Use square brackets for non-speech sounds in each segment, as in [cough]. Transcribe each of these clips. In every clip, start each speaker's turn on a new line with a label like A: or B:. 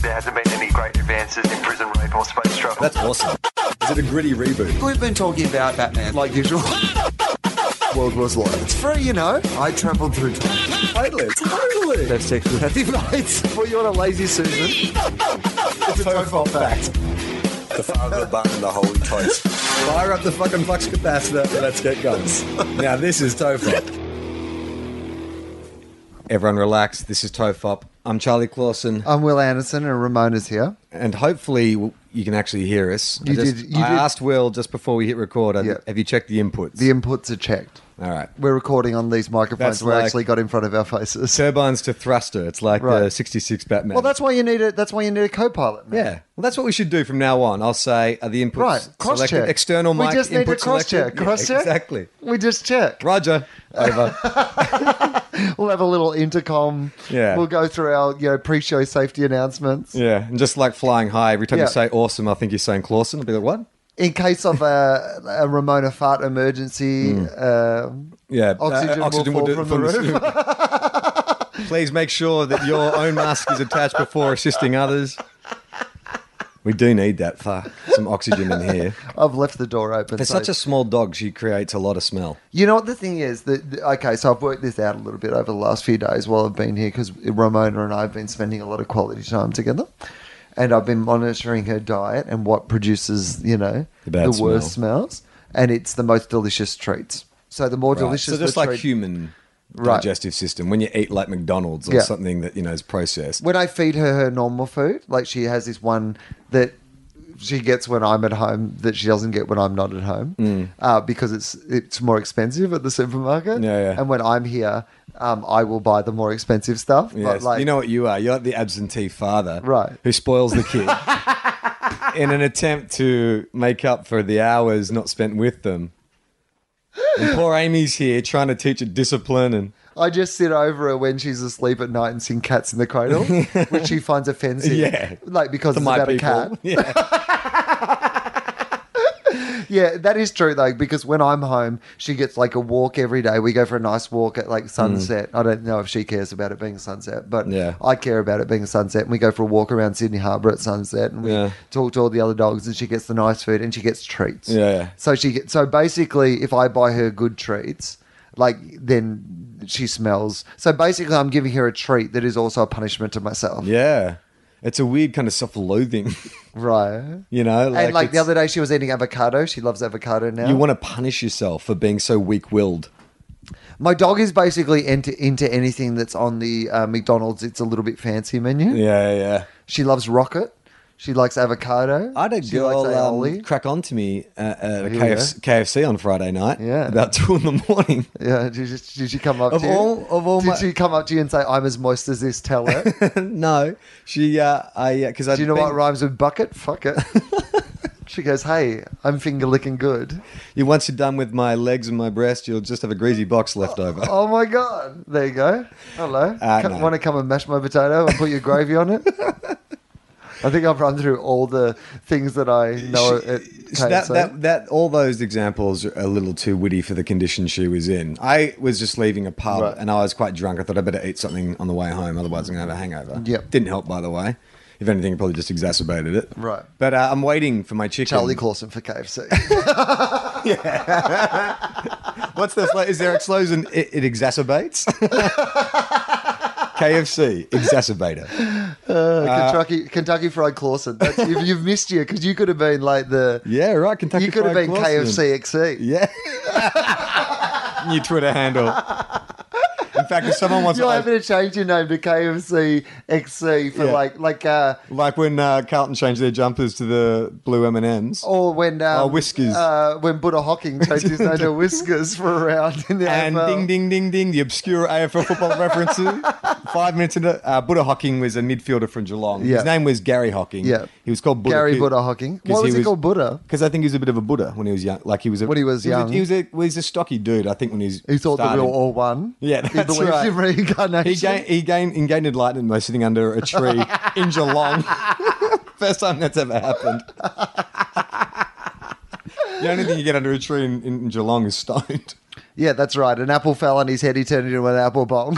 A: There hasn't been any great advances in prison rape or space travel.
B: That's awesome. Is it a gritty reboot?
C: We've been talking about Batman like usual.
B: World was like
C: It's free, you know. I travelled through time.
B: totally, totally.
C: Have [laughs] sex with happy nights. Well, you're on a lazy Susan.
B: It's a total fact.
D: The father of the bun and the holy toast.
B: Fire up the fucking flux capacitor. and Let's get guns. Now this is Tofop. Everyone relax. This is Tofop. I'm Charlie Clausen,
C: I'm Will Anderson and Ramona's here.
B: and hopefully w- you can actually hear us.
C: You
B: I just-
C: did- you
B: I
C: did-
B: asked Will just before we hit record. I-
C: Yeah.
B: Have you checked the inputs?
C: The inputs are checked.
B: All right.
C: We're recording on these microphones
B: That's
C: we're
B: like-
C: actually got in front of our faces.
B: Turbines to thruster. It's like the
C: Right.
B: 66 Batman.
C: Well, that's why you need a that's why you need a co-pilot. man.
B: Yeah. Well, that's what we should do from now on. I'll say, are the inputs
C: Right. Cross
B: selected?
C: check.
B: External
C: We
B: mic
C: just need to
B: input
C: cross check.
B: selected? Yeah,
C: Cross check.
B: Exactly.
C: We just check.
B: Roger. Over.
C: We'll have a little intercom.
B: Yeah.
C: We'll go through our you know pre-show safety announcements
B: yeah. And just like flying high, every time
C: Yeah.
B: you say awesome, I think you're saying Clausen. I'll be like, what?
C: in case of a, a Ramona fart emergency.
B: Mm.
C: um
B: Yeah. uh,
C: Oxygen will fall
B: do-
C: from the
B: [laughs] Please make sure that your own mask is attached before assisting others. We do need that. Fuck. Some oxygen in
C: [laughs]
B: here.
C: I've left the door open.
B: There's
C: so-
B: such a small dog, she creates a lot of smell.
C: You know what the thing is that that- okay, so I've worked this out a little bit over the last few days while I've been here because Ramona and I have been spending a lot of quality time together, and I've been monitoring her diet and what produces you know
B: The
C: the,
B: bad
C: worst smells, and it's the most delicious treats. So the more
B: Right.
C: delicious
B: So just
C: the
B: like
C: treat-
B: human
C: Right.
B: digestive system, when you eat like McDonald's or
C: Yeah.
B: something that you know is processed,
C: when I feed her her normal food, like she has this one that she gets when I'm at home that she doesn't get when I'm not at home
B: Hmm.
C: uh, because it's it's more expensive at the supermarket.
B: Yeah, yeah.
C: And when I'm here, um, I will buy the more expensive stuff.
B: Yes.
C: But like,
B: you know what you are? You're like the absentee father,
C: Right.
B: Who spoils the
C: [laughs]
B: kid in an attempt to make up for the hours not spent with them. And poor Amy's here trying to teach it discipline, and
C: I just sit over her when she's asleep at night and sing "Cats in
B: [laughs]
C: the Cradle," which she finds offensive.
B: Yeah.
C: like because
B: to
C: it's
B: my
C: about
B: people,
C: a cat.
B: [laughs] yeah,
C: Yeah, that is true though, because when I'm home, she gets like a walk every day. We go for a nice walk at like sunset. I don't know if she cares about it being sunset, but
B: Mm. Yeah.
C: I care about it being sunset. And we go for a walk around Sydney Harbour at sunset, and we
B: Yeah.
C: talk to all the other dogs, and she gets the nice food and she gets treats.
B: Yeah, yeah.
C: So she get, so basically, if I buy her good treats, like then she smells. So basically, I'm giving her a treat that is also a punishment to myself.
B: yeah. It's a weird kind of self-loathing, [laughs]
C: Right.
B: you know. Like
C: and like the
B: it's-
C: other day, she was eating avocado. She loves avocado now.
B: you want to punish yourself for being so weak-willed.
C: My dog is basically into into anything that's on the uh, McDonald's. It's a little bit fancy menu.
B: Yeah, yeah.
C: She loves rocket. She likes avocado.
B: I had a
C: she
B: girl
C: aioli.
B: um, crack on to me uh, at a
C: Here we go.
B: KFC, KFC on Friday night,
C: Yeah.
B: about [laughs] two in the morning.
C: yeah. Did she, did she come up
B: Of
C: to you?
B: all- of all
C: did
B: my-
C: she come up to you and say, "I'm as moist as this"? Tell
B: [laughs]
C: her. Do
B: no, she, uh, I, because I,
C: you know what rhymes with bucket?
B: [laughs]
C: Fuck it. she goes, "Hey, I'm finger licking good."
B: You once you're done with my legs and my breast, you'll just have a greasy box left over.
C: Oh my god! There you go. Hello.
B: Uh, no.
C: Want to come and mash my potato and put your gravy
B: [laughs]
C: on it? I think I've run through all the things that I know.
B: She-
C: at
B: so that,
C: KFC.
B: that, that, all those examples are a little too witty for the condition she was in. I was just leaving a pub
C: Right.
B: and I was quite drunk. I thought I better eat something on the way home, otherwise I'm going to have a hangover.
C: Yep.
B: Didn't help, by the way. If anything, it probably just exacerbated it.
C: Right.
B: But uh, I'm waiting for my chicken.
C: Charlie Clausen
B: [laughs]
C: for KFC.
B: What's the flavor? Is there explosion? It, it
C: [laughs]
B: exacerbates. KFC exacerbator.
C: Uh, Kentucky, Kentucky Fried Clausen. That's, you've, you've missed you because you could have been like the.
B: Yeah, right. Kentucky.
C: you could have
B: Fried
C: been
B: Clausen.
C: KFC XE.
B: Yeah. [laughs] New Twitter handle. In fact, if someone wants
C: You're
B: to,
C: having to change your name to KFC XC for
B: Yeah.
C: like like uh
B: like when uh, Carlton changed their jumpers to the blue M and M's.
C: or when um,
B: Oh, Whiskers.
C: uh, when Buddha Hocking changed
B: [laughs]
C: his name to Whiskers for a round in the
B: And
C: AFL. [laughs]
B: ding, ding, ding, ding, the obscure AFL football references. five minutes into uh, Buddha Hocking was a midfielder from Geelong.
C: Yeah.
B: His name was Gary Hocking.
C: Yeah.
B: He was called Buddha.
C: Gary Buddha Hocking. Why was he called Buddha?
B: Because I think he was a bit of a Buddha when he was young. Like he was a,
C: When he was young.
B: He was, a, he was a, well, he's a stocky dude. I think when he's
C: He thought that we were all one.
B: Yeah,
C: he
B: that's
C: believes
B: right.
C: in reincarnation.
B: He gained, he gained gained enlightenment by sitting under a tree in
C: [laughs]
B: Geelong. First time that's ever happened. the only thing you get under a tree in, in Geelong is stoned.
C: Yeah, that's right. An apple fell on his head. He turned into an apple
B: [laughs]
C: bomb.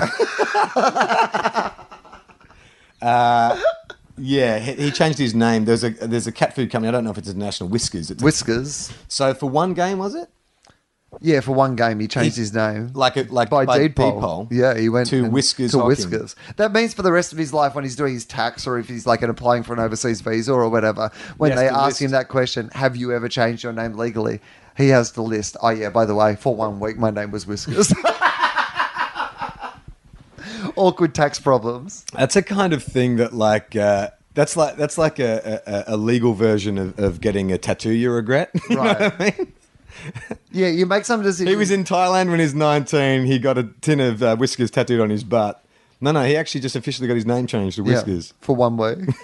B: Uh, Yeah, he, he changed his name. There's a there's a cat food company. I don't know if it's International Whiskers. It's
C: Whiskers.
B: so for one game was it
C: Yeah, for one game he changed
B: He-
C: his name.
B: like it like
C: by, deed poll.
B: poll.
C: Yeah, he went
B: to
C: and-
B: Whiskers
C: To
B: Hocking.
C: Whiskers. That means for the rest of his life, when he's doing his tax or if he's like an applying for an overseas visa or whatever, when
B: Yes,
C: they
B: the
C: ask
B: list.
C: him that question, "Have you ever changed your name legally?" He has the list. Oh yeah, by the way, for one week my name was Whiskers. [laughs] Awkward tax problems.
B: That's a kind of thing that like uh, that's like that's like a, a, a legal version of, of getting a tattoo you regret. [laughs] You know
C: Right.
B: what I mean?
C: Yeah, you make some decision.
B: He was in Thailand when he was 19. He got a tin of uh, whiskers tattooed on his butt. No, no, he actually just officially got his name changed to
C: Yeah,
B: Whiskers.
C: for
B: [laughs]
C: one week.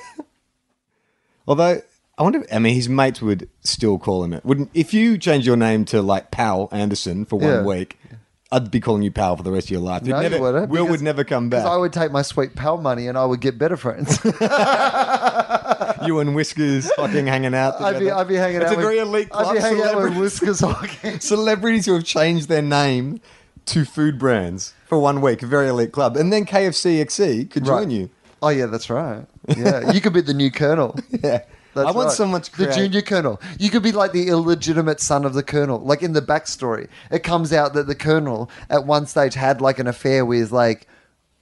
B: Although I wonder, I mean, his mates would still call him it. Wouldn't if you change your name to like Powell Anderson for one
C: Yeah.
B: week? I'd be calling you Powell for the rest of your life. You'd
C: No, you
B: never,
C: wouldn't,
B: Will
C: because-
B: would never come
C: Because
B: back.
C: I would take my sweet pal money and I would get better friends. [laughs]
B: you and Whiskers fucking hanging out.
C: [laughs] I'd be,
B: together.
C: I'd be hanging
B: It's
C: out.
B: a very
C: with,
B: elite club.
C: I'd be hanging out with
B: Celebrity- [laughs]
C: Whiskers Hockey.
B: celebrities who have changed their name to food brands for one week, a very elite club, and then KFCXE could
C: Right.
B: join you.
C: Oh yeah, that's right. Yeah, you could be the new colonel.
B: Yeah,
C: That's
B: [laughs] I want
C: right.
B: someone to create.
C: the junior colonel. You could be like the illegitimate son of the colonel. Like in the backstory, it comes out that the colonel at one stage had like an affair with like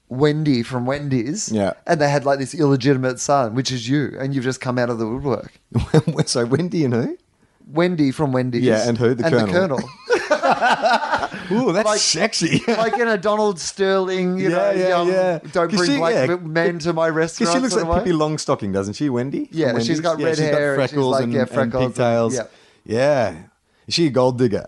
C: Wendy from Wendy's.
B: Yeah.
C: and they had like this illegitimate son, which is you, and you've just come out of the woodwork. [laughs]
B: so Wendy and who?
C: Wendy from Wendy's.
B: Yeah, and who? The
C: The
B: colonel. [laughs]
C: colonel.
B: Ooh, that's
C: Like- [laughs]
B: sexy.
C: like in a Donald Sterling, you
B: Yeah,
C: know,
B: yeah,
C: young,
B: yeah.
C: don't
B: 'Cause
C: bring
B: she-
C: black
B: yeah.
C: men to
B: [laughs]
C: my restaurant.
B: Because she looks
C: sort
B: like
C: of way.
B: Pippi Longstocking, doesn't she, Wendy?
C: Yeah,
B: From Wendy's?
C: she's got red
B: she's
C: hair and she's
B: freckles
C: like,
B: and,
C: yeah, freckles and-
B: and pigtails.
C: yeah.
B: yeah, is she a gold digger?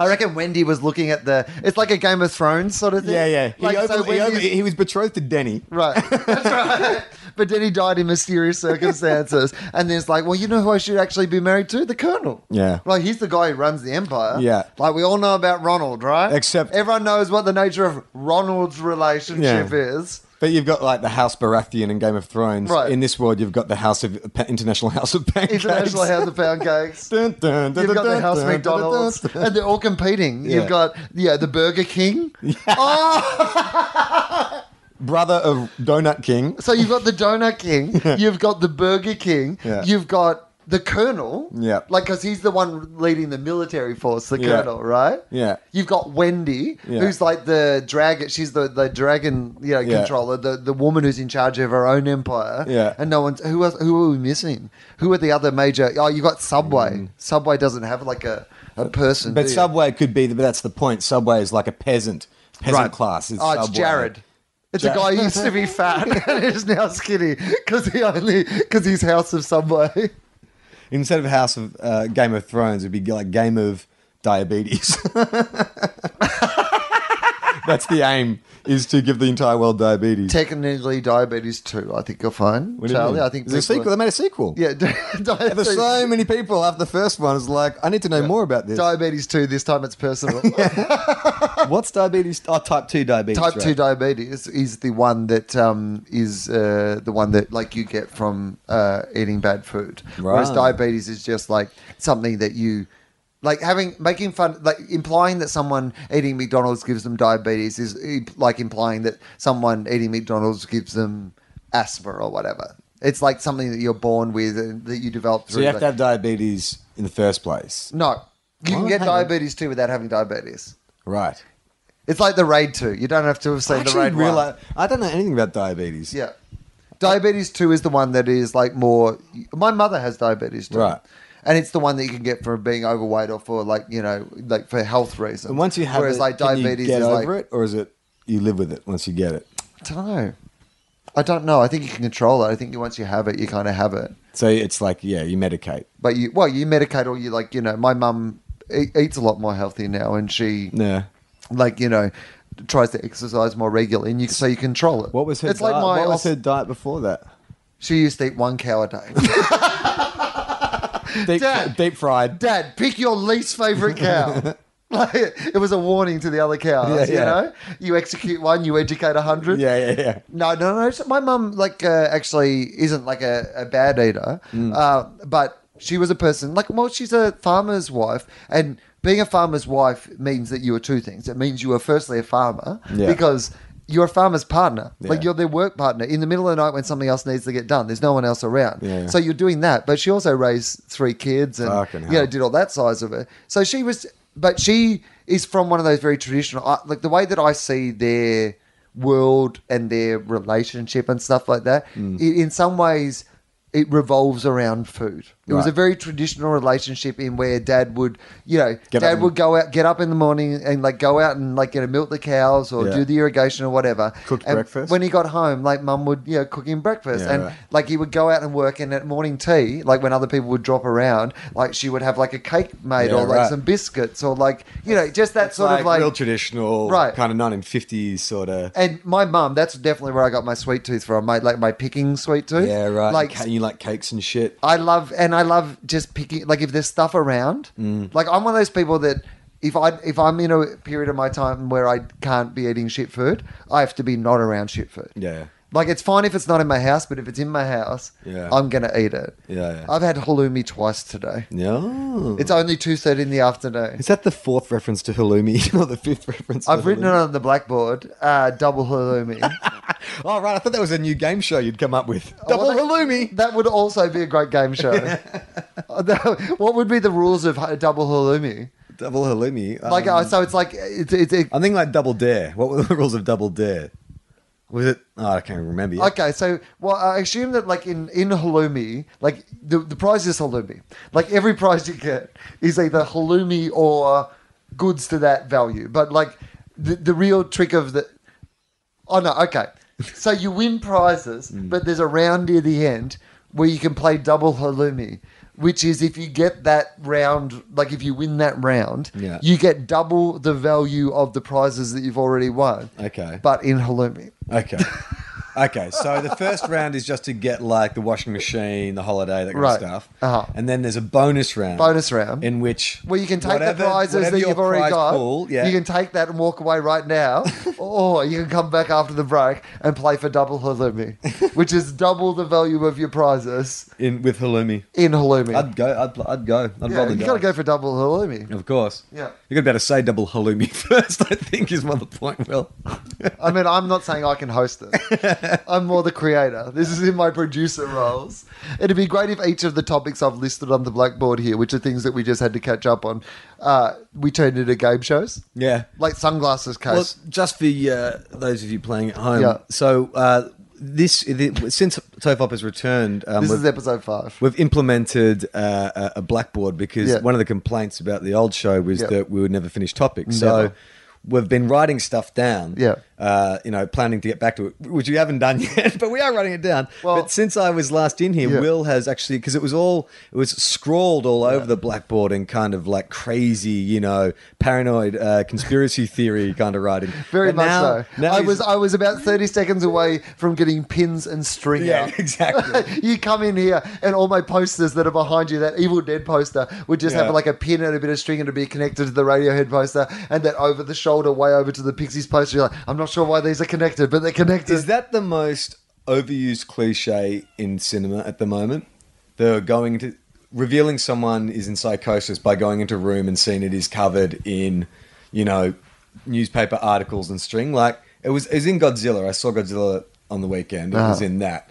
C: I reckon Wendy was looking at the. It's like a Game of Thrones sort of thing.
B: Yeah, yeah. He,
C: Like, so
B: openly- he,
C: Wendy's-
B: openly- he was betrothed to Denny.
C: Right, [laughs] that's right. But then he died in mysterious circumstances, and then it's like, well, you know who I should actually be married to? The Colonel.
B: Yeah.
C: like he's the guy who runs the empire.
B: Yeah.
C: like we all know about Ronald, right?
B: Except-
C: everyone knows what the nature of Ronald's relationship
B: Yeah.
C: is.
B: But you've got like the House Baratheon in Game of Thrones.
C: Right.
B: In this world, you've got the House of International House of Pancakes.
C: International
B: [laughs]
C: House of Pound Cakes.
B: Dun, dun, dun,
C: You've got
B: dun,
C: the House
B: dun, dun,
C: McDonald's,
B: dun, dun.
C: and they're all competing.
B: Yeah.
C: You've got yeah the Burger King.
B: Brother of Donut King.
C: So you've got the
B: [laughs]
C: Donut King. You've got the Burger King.
B: Yeah.
C: You've got the Colonel.
B: Yeah.
C: like because he's the one leading the military force. The
B: Yeah.
C: Colonel, right?
B: Yeah.
C: You've got Wendy,
B: Yeah.
C: who's like the dragon. She's the, the dragon, you know,
B: Yeah.
C: controller. The the woman who's in charge of her own empire.
B: Yeah.
C: and no one's who else, who are we missing? Who are the other major? Oh, you got Subway. Subway doesn't have like a a person.
B: Mm. But
C: do you?
B: Subway could be, but that's the point. Subway is like a peasant, peasant
C: Right.
B: class. It's
C: oh, it's
B: Subway.
C: Jared. It's
B: Jar-
C: a guy who used
B: [laughs]
C: to be fat [laughs] and is now skinny because he only because he's House of Subway.
B: Instead of House of uh, Game of Thrones, it'd be like Game of Diabetes. [laughs] that's the aim, is to give the entire world diabetes.
C: Technically, diabetes too. I think you're fine,
B: What do you
C: Charlie.
B: mean?
C: I think
B: There's a
C: people
B: sequel.
C: are-
B: They made a sequel.
C: yeah, [laughs]
B: There's
C: diabetes,
B: so many people after the first one is like, I need to know more about this.
C: diabetes two. This time
B: [laughs]
C: it's personal.
B: What's diabetes? Oh, type 2 diabetes.
C: Type
B: right.
C: two diabetes is the one that um, is uh, the one that like you get from uh, eating bad food, whereas
B: Right.
C: diabetes is just like something that you like having making fun like implying that someone eating McDonald's gives them diabetes is eh, like implying that someone eating McDonald's gives them asthma or whatever. It's like something that you're born with and that you develop through.
B: So you have
C: like-
B: to have diabetes in the first place.
C: no, you can
B: Oh,
C: get
B: hang on.
C: diabetes too without having diabetes.
B: Right.
C: It's like the raid two. You don't have to have
B: I
C: seen the
B: actually
C: raid one.
B: realize I don't know anything about diabetes.
C: Yeah. Diabetes 2 is the one that is like more. My mother has diabetes 2.
B: Right.
C: And it's the one that you can get for being overweight or for like, you know, like for health reasons.
B: And once you have
C: Whereas
B: it,
C: like
B: can you
C: diabetes
B: get
C: is like.
B: over it, or is it you live with it once you get it?
C: I don't know. I don't know. I think you can control it. I think you, once you have it, you kind of have it.
B: So it's like yeah, you medicate.
C: But you, well, you medicate or you like, you know, my mum e- eats a lot more healthy now and she
B: Yeah.
C: like you know tries to exercise more regularly, and you so you control it.
B: What was her
C: It's
B: diet?
C: like my
B: what was
C: os-
B: her diet before
C: [laughs]
B: that?
C: she used to eat one cow a day. [laughs]
B: Deep,
C: Dad.
B: deep
C: [laughs]
B: fried.
C: Dad, pick your least
B: [laughs]
C: favorite cow. [laughs] like it was a warning to the other cows.
B: Yeah, yeah.
C: You know, you execute one, you educate a hundred.
B: Yeah, yeah, yeah.
C: No, no, no. So My mum, like, uh, actually isn't like a, a bad eater,
B: Mm.
C: uh, but she was a person like, well, she's a farmer's wife, and being a farmer's wife means that you are two things. It means you are firstly a farmer
B: Yeah.
C: because you're a farmer's partner, like
B: Yeah.
C: you're their work partner. In the middle of the night when something else needs to get done, there's no one else around,
B: Yeah.
C: so you're doing that. But she also raised three kids and
B: Fucking
C: you know
B: hell.
C: did all that size of it. So she was, but she is from one of those very traditional, I- like the way that I see their world and their relationship and stuff like that.
B: Hmm.
C: It, in some ways, it revolves around food. It was
B: Right.
C: a very traditional relationship in where dad would, you know,
B: Get up
C: dad
B: and-
C: would go out, get up in the morning and like go out and like you know milk the cows or
B: Yeah.
C: do the irrigation or whatever.
B: Cook
C: and
B: breakfast?
C: when he got home, like mum would you know cook him breakfast
B: Yeah,
C: and
B: right.
C: like he would go out and work and at morning tea like when other people would drop around like she would have like a cake made
B: Yeah,
C: or like
B: right.
C: some biscuits or like you know just that sort of like
B: real traditional,
C: Right.
B: kind of 1950s sort of.
C: and my mum that's definitely where i got my sweet tooth from my like my picking sweet tooth
B: Yeah, right.
C: like
B: Like you like cakes and shit.
C: I love and I love just picking like if there's stuff around.
B: Mm.
C: Like I'm one of those people that if I if I'm in a period of my time where I can't be eating shit food, I have to be not around shit food.
B: Yeah.
C: Like it's fine if it's not in my house, but if it's in my house,
B: Yeah.
C: I'm gonna eat it.
B: Yeah, yeah.
C: I've had halloumi twice today.
B: No.
C: Uh, It's only two thirty in the afternoon.
B: Is that the fourth reference to halloumi [laughs] or the fifth reference?
C: I've
B: to
C: written it
B: halloumi?
C: on the blackboard, uh, double
B: [laughs]
C: halloumi.
B: Oh right, I thought that was a new game show you'd come up with. Oh, Double
C: Well, that-
B: halloumi.
C: That would also be a great
B: [laughs]
C: game show. [laughs] what would be the rules of hu- double halloumi?
B: Double halloumi.
C: Like,
B: um,
C: uh, so it's like it's it's it,
B: I think like double dare. What were the [laughs] rules of double dare? Was it? Oh, I can't remember. Yet.
C: Okay, so well, I assume that like in in halloumi, like the the prize is halloumi. Like every prize you get is either halloumi or goods to that value. But like the the real trick of the oh no,
B: [laughs]
C: okay, so you win prizes,
B: Mm.
C: but there's a round near the end where you can play double halloumi. Which is if you get that round, like if you win that round,
B: Yeah.
C: you get double the value of the prizes that you've already won.
B: Okay.
C: But in halloumi.
B: Okay.
C: [laughs]
B: okay. So the first round is just to get like the washing machine, the holiday, that kind
C: Right.
B: of stuff.
C: Uh-huh.
B: And then there's a bonus round.
C: Bonus round.
B: in which
C: Well, you can take
B: whatever-
C: the prizes
B: whatever
C: that
B: your
C: you've already
B: prize
C: got.
B: pool- yeah.
C: You can take that and walk away
B: [laughs]
C: right now, or you can come back after the break and play for double
B: [laughs]
C: halloumi, which is double the value of your prizes
B: in with halloumi.
C: in halloumi.
B: I'd go. I'd, I'd go. I'd
C: yeah,
B: rather
C: you
B: go.
C: got to go for double halloumi.
B: Of course.
C: Yeah.
B: You could better say double halloumi [laughs] first. I think is my other point. Well,
C: I mean, I'm not saying I can host
B: [laughs]
C: it. I'm more the creator. This is in my producer roles. It'd be great if each of the topics I've listed on the blackboard here, which are things that we just had to catch up on, uh, we turned into game shows,
B: yeah.
C: like sunglasses case.
B: Well, just for uh, those of you playing at home.
C: Yeah.
B: So uh, this the, since Tofop has returned, um,
C: this
B: we've-
C: is episode five.
B: We've implemented uh, a- a blackboard because
C: Yeah.
B: one of the complaints about the old show was
C: Yeah.
B: that we would never finish topics. So
C: Never.
B: we've been writing stuff down.
C: Yeah.
B: Uh, you know, planning to get back to it, which we haven't done [laughs] yet, but we are writing it down.
C: Well-
B: but since I was last in here,
C: Yeah.
B: Will has actually because it was all it was scrawled all over the blackboard in kind of like crazy, you know, paranoid uh, conspiracy theory kind of writing.
C: [laughs] Very
B: But
C: much
B: now-
C: so.
B: now
C: I
B: he's-
C: was I was about thirty seconds away from getting pins and
B: [laughs]
C: string
B: Yeah,
C: out.
B: exactly.
C: [laughs] you come in here and all my posters that are behind you, that Evil Dead poster, would just
B: Yeah.
C: have like a pin and a bit of string and it'd be connected to the Radiohead poster and that over the shoulder way over to the Pixies poster. You're like, I'm not sure why these are connected, but they're connected.
B: Is that the most overused cliche in cinema at the moment? The going to revealing someone is in psychosis by going into a room and seeing it is covered in, you know, newspaper articles and string. Like it was, it was in Godzilla. I saw Godzilla on the weekend. It was
C: Uh-huh.
B: in that,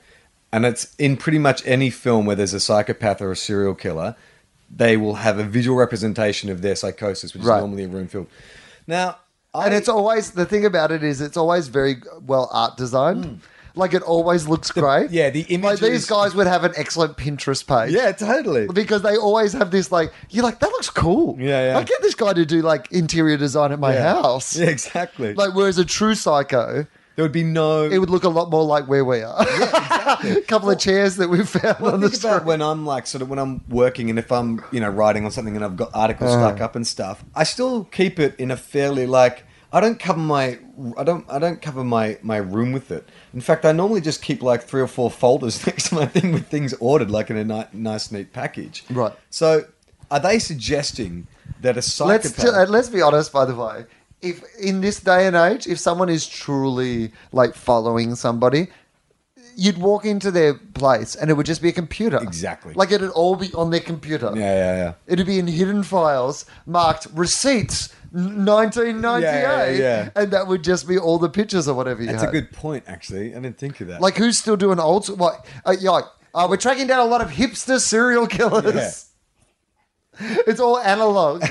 B: and it's in pretty much any film where there's a psychopath or a serial killer. They will have a visual representation of their psychosis, which
C: Right.
B: is normally a room filled. Now, I,
C: and it's always the thing about it is it's always very well art designed. Like it always looks great.
B: Hmm. [laughs] yeah, the
C: Like these
B: images-
C: guys would have an excellent Pinterest page.
B: yeah, totally.
C: because they always have this like you're like that looks cool.
B: Yeah, yeah.
C: I get this guy to do like interior design at my
B: Yeah.
C: house.
B: Yeah, exactly.
C: Like whereas a true psycho,
B: There would be no.
C: it would look a lot more like where we are. a [laughs] couple of chairs that we found
B: Well,
C: on the
B: think
C: street.
B: about when I'm like sort of when I'm working and if
C: Uh.
B: I'm you know writing on something and I've got articles stuck up and stuff, I still keep it in a fairly like I don't cover my I don't I don't cover my my room with it. In fact, I normally just keep like three or four folders [laughs] next to my thing with things ordered, like in a ni- nice neat package.
C: Right.
B: So, are they suggesting that a psychopath?
C: let's ju- uh, let's be honest, by the way. If in this day and age, if someone is truly like following somebody, you'd walk into their place and it would just be a computer.
B: Exactly.
C: Like it'd all be on their computer.
B: yeah, yeah, yeah.
C: It'd be in hidden files marked receipts. 1998,
B: Yeah, yeah, yeah.
C: and that would just be all the pictures or whatever you
B: That's
C: had.
B: a good point, actually. I didn't think of that.
C: Like, who's still doing old? What? Uh, yeah, like, uh, we're tracking down a lot of hipster serial killers. [laughs] It's all
B: [laughs]
C: analog.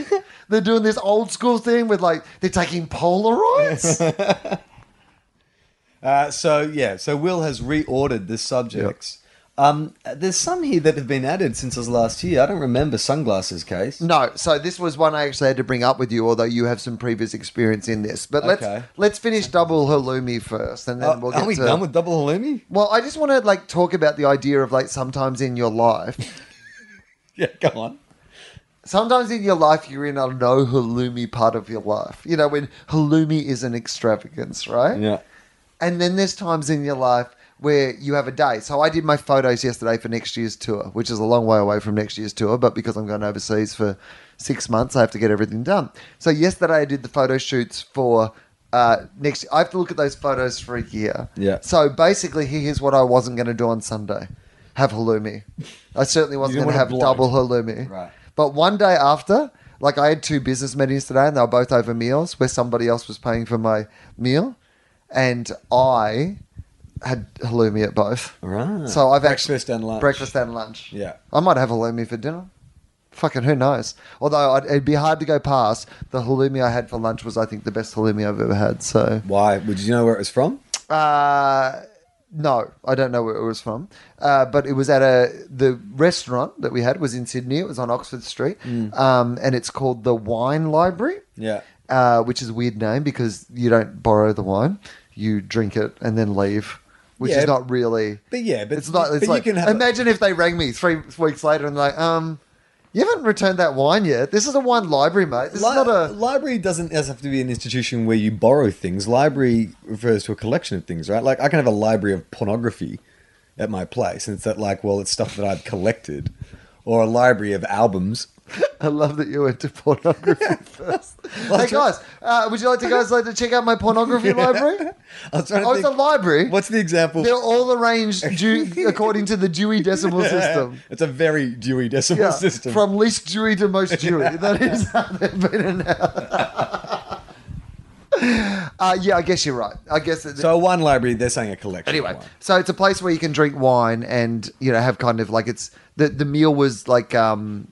C: They're doing this old school thing with like they're
B: [laughs]
C: taking Polaroids.
B: Uh, so yeah, so Will has reordered the subjects. Um, there's some here that have been added since I was last here. I don't remember sunglasses case.
C: no, so this was one I actually had to bring up with you, although you have some previous experience in this. But let's
B: Okay.
C: let's finish double halloumi first, and then
B: Oh,
C: we'll get
B: are we
C: to.
B: done with double halloumi? [laughs]
C: well, I just want to like talk about the idea of like sometimes in your life,
B: Yeah, go on.
C: sometimes in your life you're in a no halloumi part of your life. You know when halloumi is an extravagance, right?
B: Yeah,
C: And then there's times in your life where you have a day. So I did my photos yesterday for next year's tour, which is a long way away from next year's tour, but because I'm going overseas for six months, I have to get everything done. So yesterday I did the photo shoots for uh, next. I have to look at those photos for a year.
B: Yeah.
C: So basically, here's what I wasn't going to do on Sunday: have halloumi. I certainly wasn't
B: didn't
C: going to have
B: want to bloat.
C: double halloumi.
B: Right.
C: But one day after, like I had two business meetings today and they were both over meals where somebody else was paying for my meal and I had halloumi at both.
B: Right.
C: So I've
B: Hmm. Breakfast
C: actually,
B: and lunch.
C: Breakfast and lunch.
B: Yeah.
C: I might have halloumi for dinner. Fucking who knows? Although I'd, it'd be hard to go past the halloumi I had for lunch was I think the best halloumi I've ever had. So
B: Why? Would you know where it was from?
C: uh, no, I don't know where it was from, uh, but it was at a the restaurant that we had was in Sydney. It was on Oxford Street,
B: Mm.
C: um, and it's called the Wine Library.
B: Yeah.
C: uh, which is a weird name because you don't borrow the wine, you drink it and then leave, which
B: Yeah,
C: is not really.
B: but yeah, but-
C: it's not. It's
B: but you
C: like
B: can have a-
C: imagine if they rang me three weeks later and like, um, you haven't returned that wine yet. This is a wine library, mate. This
B: Li-
C: is not a
B: library doesn't has- have to be an institution where you borrow things. Library refers to a collection of things, right? Like I can have a library of pornography at my place, and it's that like, well, it's stuff that I've collected, or a library of albums.
C: I love that you went to
B: [laughs]
C: pornography first. hey
B: Like-
C: guys, uh, would you like to guys like to check out my pornography library?
B: I was trying to
C: Oh, it's a
B: think-
C: library.
B: What's the example?
C: They're all arranged
B: [laughs]
C: due, according to the Dewey Decimal System.
B: It's a very Dewey decimal
C: Yeah,
B: system.
C: from least Dewey to most Dewey. That is how they've been announced. [laughs] uh, yeah, I guess you're right. I guess it,
B: so one library, they're saying a collection.
C: anyway
B: of wine.
C: so it's a place where you can drink wine and you know have kind of like it's the the meal was like um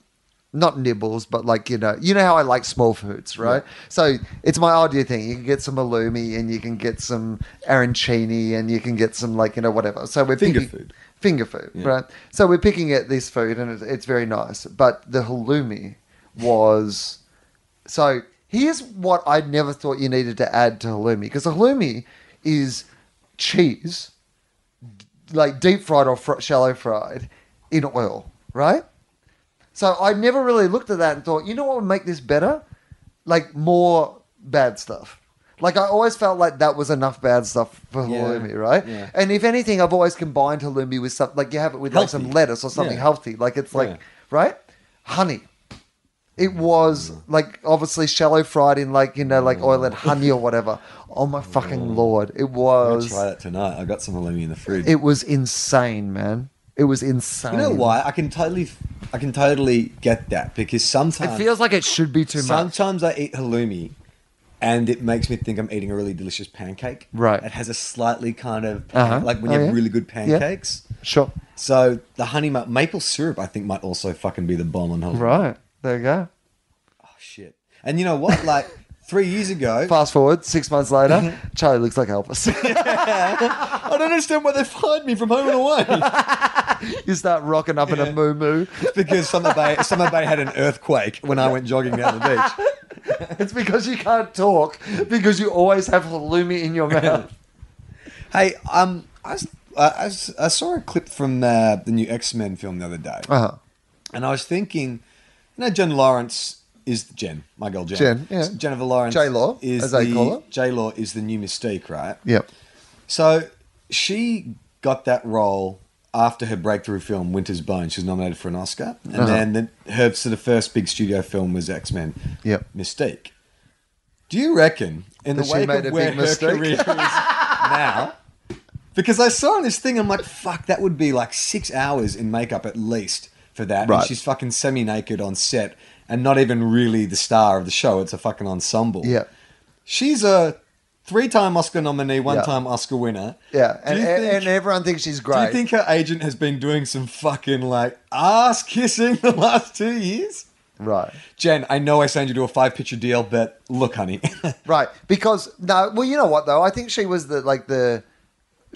C: not nibbles but like you know you know how i like small foods right so it's my idea thing you can get some halloumi and you can get some arancini and you can get some like you know whatever so we're
B: Finger
C: picking,
B: food.
C: finger food right so we're picking at this food and it's, it's very nice but the halloumi was so here's what I never thought you needed to add to halloumi because halloumi is cheese, d- like deep fried or fr- shallow fried in oil, right? So I never really looked at that and thought, you know what would make this better? Like more bad stuff. Like I always felt like that was enough bad stuff for
B: Yeah.
C: halloumi, right?
B: Yeah.
C: And if anything, I've always combined halloumi with something like you have it with like some
B: Healthy.
C: lettuce or something
B: Yeah.
C: healthy. Like it's like
B: Yeah.
C: right, honey. It was
B: Mm.
C: like obviously shallow fried in like you know like oil and honey or whatever. Oh my fucking
B: Mm.
C: lord! It
B: I'm
C: was
B: gonna try that tonight. I got some halloumi in the fridge.
C: it um, was insane, man. It was insane.
B: you know why? I can totally, I can totally get that because sometimes
C: It feels like it should be too much.
B: Sometimes I eat halloumi, and it makes me think I'm eating a really delicious pancake.
C: Right.
B: It has a slightly kind of
C: Uh-huh.
B: like when
C: Oh,
B: you have
C: yeah.
B: really good
C: Yeah.
B: pancakes.
C: Sure.
B: So the honey ma- maple syrup, I think, might also fucking be the bomb on halloumi.
C: Right there you go.
B: Oh shit! And you know what? Like three years
C: [laughs]
B: ago,
C: Fast forward six
B: [laughs]
C: months later, Charlie looks like Elvis. [laughs]
B: I don't understand why they fired me from Home and Away
C: you start rocking up in a
B: Yeah.
C: moo moo.
B: [laughs] because Summer Bay, Summer Bay had an earthquake when I went jogging down the beach. [laughs]
C: It's because you can't talk because you always have halloumi in your mouth.
B: Hey, um, I, s- I- I s- I saw a clip from uh, the new X Men film the other day,
C: Uh-huh.
B: and I was thinking, you know, John Lawrence is Jen, my girl Jen.
C: Jen, yeah.
B: Jennifer Lawrence.
C: J-Law,
B: is
C: as they
B: the,
C: call her.
B: J Law is the new Mystique, right?
C: Yep.
B: So she got that role after her breakthrough film Winter's Bone. She was nominated for an Oscar, and
C: Uh-huh.
B: then the, her sort of first big studio film was X Men.
C: Yep.
B: Mystique. Do you reckon in
C: That
B: the
C: she
B: wake of
C: made a
B: where
C: big
B: her
C: mistake?
B: career is now? Because I saw in this thing, I'm like, fuck, that would be like six hours in makeup at least for that.
C: Right.
B: And she's fucking semi naked on set and not even really the star of the show. It's a fucking ensemble.
C: Yeah.
B: She's a three time Oscar nominee, one
C: Yeah.
B: time Oscar winner.
C: Yeah.
B: Do
C: And,
B: you
C: and,
B: think-
C: and everyone thinks she's
B: do
C: great.
B: you think her agent has been doing some fucking like ass kissing [laughs] the last two years?
C: right.
B: Jen, I know I signed you to a five picture deal, but look, honey. [laughs]
C: Right. Because no, well, you know what though? I think she was the like the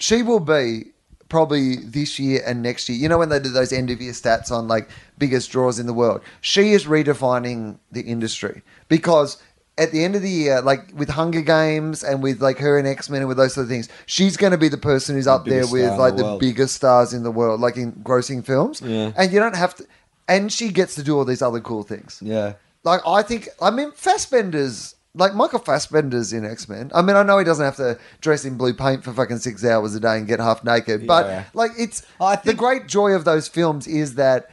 C: she will be probably this year and next year. You know when they do those end of year stats on like biggest draws in the world. She is redefining the industry because at the end of the year, like with Hunger Games and with like her and X Men and with those sort of things, she's going to be the person who's up there
B: biggest star
C: with
B: in
C: like
B: the
C: the
B: world.
C: biggest stars in the world, like in grossing films.
B: Yeah.
C: And you don't have to. And she gets to do all these other cool things.
B: yeah.
C: Like I think I mean Fassbender's like Michael Fassbender's in X Men. I mean I know he doesn't have to dress in blue paint for fucking six hours a day and get half naked,
B: Yeah.
C: but like it's
B: I
C: the
B: think-
C: great joy of those films is that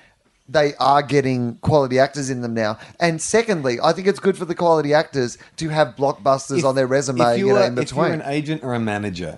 C: they are getting quality actors in them now. And secondly, I think it's good for the quality actors to have blockbusters on their resume.
B: if
C: You,
B: you
C: know,
B: are-
C: in
B: if you're
C: between.
B: an agent or a manager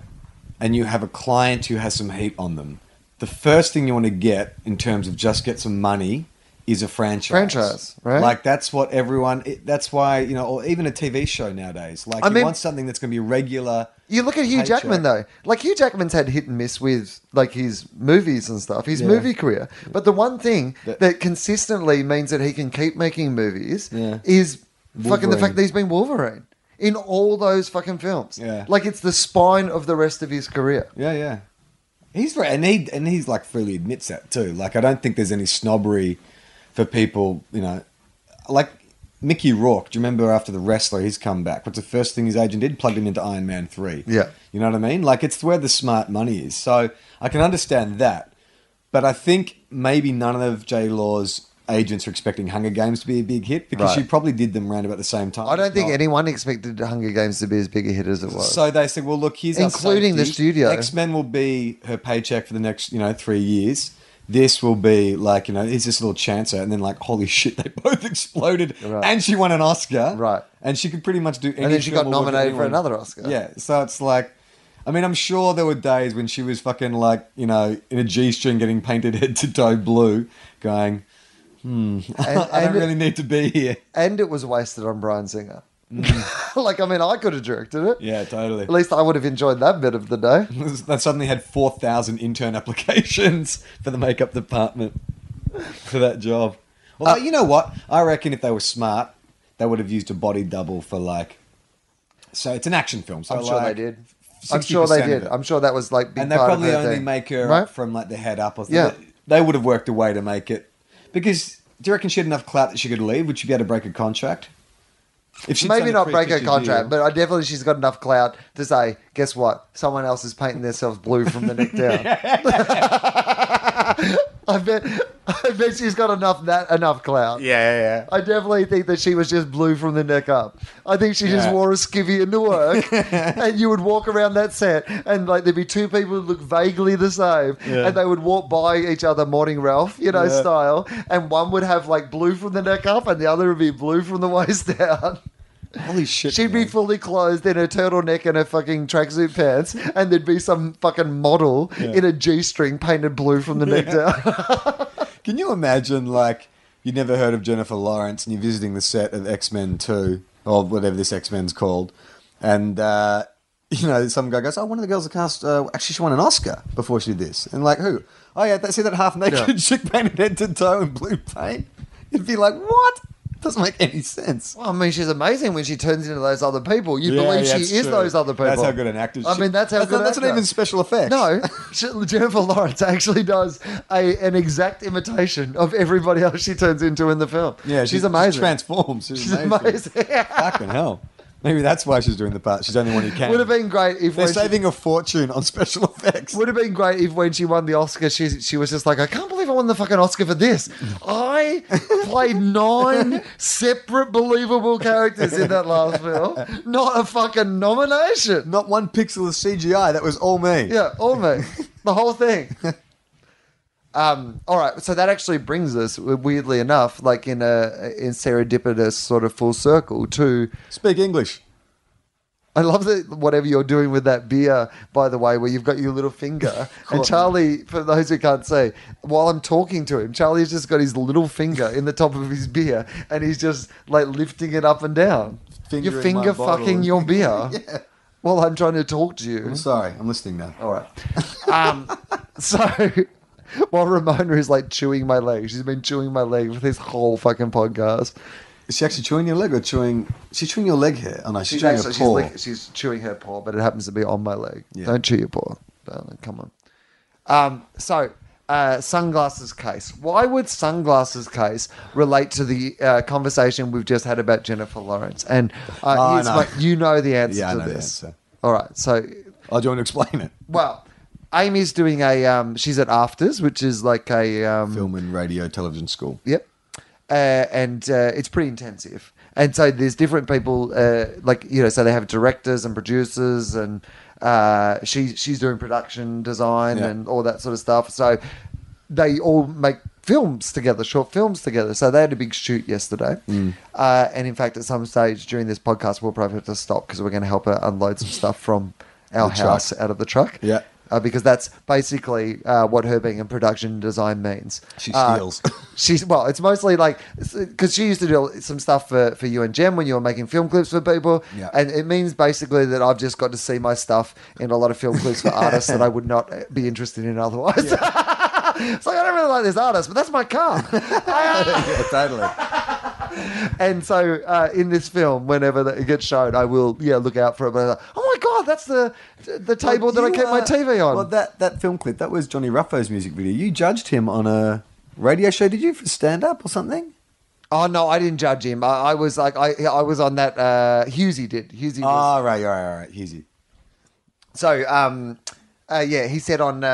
B: and you have a client who has some heat on them, the first thing you want to get in terms of just get some money is a franchise.
C: Franchise, right.
B: Like that's what everyone. It, that's why you know, or even a TV show nowadays. Like
C: I
B: you
C: mean-
B: want something that's going to be regular.
C: You look at Hugh
B: Paycheck.
C: Jackman though. Like Hugh Jackman's had hit and miss with like his movies and stuff, his
B: Yeah.
C: movie career. But the one thing
B: That-
C: that, consistently means that he can keep making movies
B: Yeah.
C: is fucking the
B: Wolverine.
C: fact that he's been Wolverine in all those fucking films.
B: Yeah.
C: Like it's the spine of the rest of his career.
B: Yeah, yeah. He's very, and he and he's like freely admits that too. Like I don't think there's any snobbery for people, you know. Like Mickey Rourke, do you remember after the wrestler, his comeback? What's the first thing his agent did? Plugged him into Iron Man three.
C: Yeah.
B: you know what I mean. Like it's where the smart money is. So I can understand that, but I think maybe none of J Law's agents are expecting Hunger Games to be a big hit because
C: Right.
B: she probably did them round about the same time.
C: I don't think
B: Not-
C: anyone expected Hunger Games to be as big a hit as it was.
B: so [laughs] they said, "Well, look, here's our
C: Including the
B: safety.
C: studio.
B: X Men will be her paycheck for the next, you know, three years. This will be like, you know, here's this little chancer." And then, like, holy shit, they [laughs] both exploded,
C: Right.
B: and she won an Oscar,
C: Right.
B: And she could pretty much do. Any
C: and then she got
B: film award that
C: nominated for
B: anyone-
C: another Oscar.
B: Yeah, so it's like. I mean, I'm sure there were days when she was fucking like, you know, in a G string getting painted head to toe blue, going,
C: And,
B: I don't
C: and-
B: really need to be here. [laughs]
C: and it was wasted on Brian Singer. [laughs] like I mean I could have directed it.
B: Mm. Yeah, totally.
C: At least I would have enjoyed that bit of the day.
B: [laughs] that suddenly had 4,000 intern applications for the makeup department [laughs] for that job.
C: Uh,
B: Well, you know what? I reckon if they were smart, they would have used a body double for like. So it's an action film. So
C: I'm sure
B: like
C: they did. I'm sure they
B: 60% of
C: did.
B: it.
C: I'm sure that was like big
B: and they
C: part
B: probably
C: of their
B: only
C: thing.
B: make her
C: Right?
B: up from like the head up or something.
C: Yeah.
B: They would have worked a way to make it. Because do you reckon she had enough clout that she could leave? Would she be able to break a contract? If she'd
C: Maybe
B: signed a
C: not break her
B: 350
C: contract,
B: deal-
C: but I definitely she's got enough clout to say, guess what? Someone else is painting themselves blue from the
B: [laughs]
C: neck down. [laughs] I bet, I bet she's got enough that enough clout.
B: yeah, yeah, yeah.
C: I definitely think that she was just blue from the neck up. I think she just
B: Yeah.
C: wore a skivvy
B: [laughs]
C: into work, and you would walk around that set, and like there'd be two people who look vaguely the same,
B: Yeah.
C: and they would walk by each other, morning Ralph, you know,
B: Yeah.
C: style, and one would have like blue from the neck up, and the other would be blue from the [laughs] waist down.
B: Holy shit.
C: She'd be
B: man.
C: fully clothed in her turtleneck and her fucking tracksuit pants, and there'd be some fucking model in a G string painted blue from the neck down.
B: Can you imagine, like, you never heard of Jennifer Lawrence and you're visiting the set of X Men 2, or whatever this X Men's called, and, uh, [laughs] you know, some guy goes, Oh, one of the girls that cast, uh, actually, she won an Oscar before she did this. And, like, who? Oh, yeah, that, see that half naked [laughs]
C: Yeah.
B: chick painted head to toe in blue paint? You'd be like, What? Doesn't make any sense.
C: Well, I mean, she's amazing when she turns into those other people. You
B: Yeah,
C: believe
B: yeah,
C: she
B: it's
C: is
B: true.
C: those other people.
B: That's how good an actor
C: I
B: she-
C: mean, that's how
B: that's
C: good.
B: Not, that's not
C: actor.
B: even special effects.
C: No,
B: [laughs]
C: [laughs] she- Jennifer Lawrence actually does a, an exact imitation of everybody else she turns into in the film.
B: Yeah,
C: she's,
B: she- she
C: amazing.
B: transforms. She's,
C: She's
B: amazing. [laughs]
C: amazing. [laughs]
B: Fucking hell. Maybe that's why she's doing the part. She's the only one who can.
C: Would have been great if
B: They're
C: when she-
B: saving a fortune on special [laughs] effects.
C: Would have been great if when she won the Oscar, she she was just like, I can't believe even won the fucking Oscar
B: [laughs]
C: for this. I played nine separate believable characters in that
B: [laughs]
C: last film. Not a fucking nomination.
B: Not one pixel of CGI. That was all me.
C: Yeah, all of it. the whole thing. [laughs] Um, all right, so that actually brings us, weirdly enough, like in a in serendipitous sort of full circle to.
B: Speak English.
C: I love that whatever you're doing with that beer, by the way, where you've got your little
B: [laughs]
C: finger. and Charlie, for those who can't see, while I'm talking to him, Charlie's just got his little finger in the top of his beer, and he's just like lifting it up and down. your
B: Fingering my
C: finger
B: bottle. Mm-hmm. [laughs]
C: fucking your beer while I'm trying to talk to you.
B: I'm sorry. I'm listening now.
C: All right. Um, [laughs] so while Ramona is like chewing my leg, she's been chewing my leg for this whole fucking podcast.
B: Is she actually chewing your leg or chewing? She's chewing your leg here. Oh no, she's,
C: She's,
B: chewing
C: actually,
B: your
C: she's,
B: paw.
C: lick- she's chewing her paw, but it happens to be on my leg.
B: Yeah.
C: Don't chew your paw, darling. Come on. Um, so, uh, sunglasses case. Why would sunglasses case relate to the uh, conversation we've just had about Jennifer Lawrence? And uh,
B: Oh, I
C: here's
B: know.
C: my- you know the answer
B: Yeah, I
C: to
B: know the
C: this.
B: answer.
C: All right. So
B: oh, do you want to explain it?
C: Well, Amy's doing a um, she's at Afters, which is like a um,
B: Film and radio, television
C: [laughs]
B: school.
C: Yep, uh, and uh, it's pretty intensive. And so there's different people, uh, like you know, so they have directors and producers, and uh, she she's doing production design
B: Yeah.
C: and all that sort of stuff. So they all make films together, short films together. So they had a big shoot yesterday,
B: Mm.
C: uh, and in fact, at some stage during this podcast, we'll probably have to stop because we're going to help her unload some stuff from our
B: The truck.
C: house out of the truck.
B: Yeah.
C: Uh, because that's basically uh, what her being in production design means.
B: She
C: Uh,
B: steals.
C: well, it's mostly like because she used to do some stuff for, for you and Jem when you were making film clips for people,
B: Yeah.
C: and it means basically that I've just got to see my stuff in a lot of film clips for artists that I would not be interested in otherwise. [laughs] it's like I don't really like this artist, but that's my
B: [laughs]
C: car.
B: yeah, [laughs] totally.
C: and so uh, in this film, whenever that it gets shown, I will yeah look out for it. But I'm like, oh my god, that's the the table that I
B: You,
C: kept my
B: uh,
C: TV on.
B: Well, that that film clip that was Johnny Ruffo's music video. You judged him on a radio show, did you? For stand up or something?
C: Oh no, I didn't judge him. I, I was like, I I was on that. Uh, Husey did. Husey. was
B: Ah, right, right, right, right. Here's you.
C: So, um, uh, yeah, he said on uh,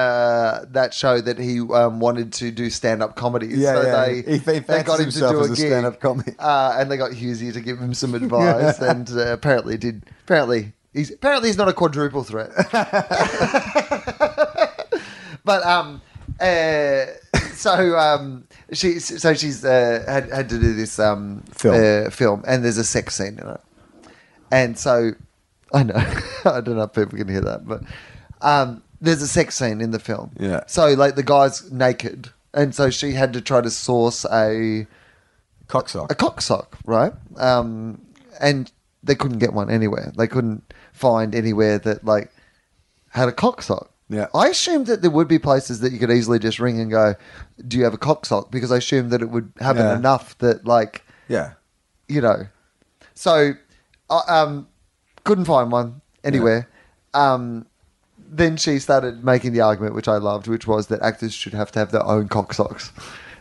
C: that show that he um, wanted to do stand up comedy.
B: Yeah,
C: so
B: yeah.
C: They,
B: He- he fancies himself as a
C: gig,
B: stand-up comic.
C: Uh, and they got Husey to give him some
B: [laughs]
C: advice, and uh, apparently did. Apparently, he's apparently he's not a quadruple threat. [laughs] but um, uh, so um, she so she's uh, had had to do this um
B: Film.
C: uh, film, and there's a sex scene in it, and so I know [laughs] I don't know if people can hear that, but um, there's a sex scene in the film.
B: Yeah.
C: So like the guy's naked, and so she had to try to source a
B: Cocksock.
C: a cock sock, right? Um, and they couldn't get one anywhere. They couldn't find anywhere that like had a cock sock.
B: Yeah.
C: I assumed that there would be places that you could easily just ring and go, "Do you have a cock sock?" Because I assumed that it would happen
B: Yeah.
C: enough that like
B: yeah.
C: you know. So, I um, couldn't find one anywhere. Um, then she started making the argument, which I loved, which was that actors should have to have their own cock socks.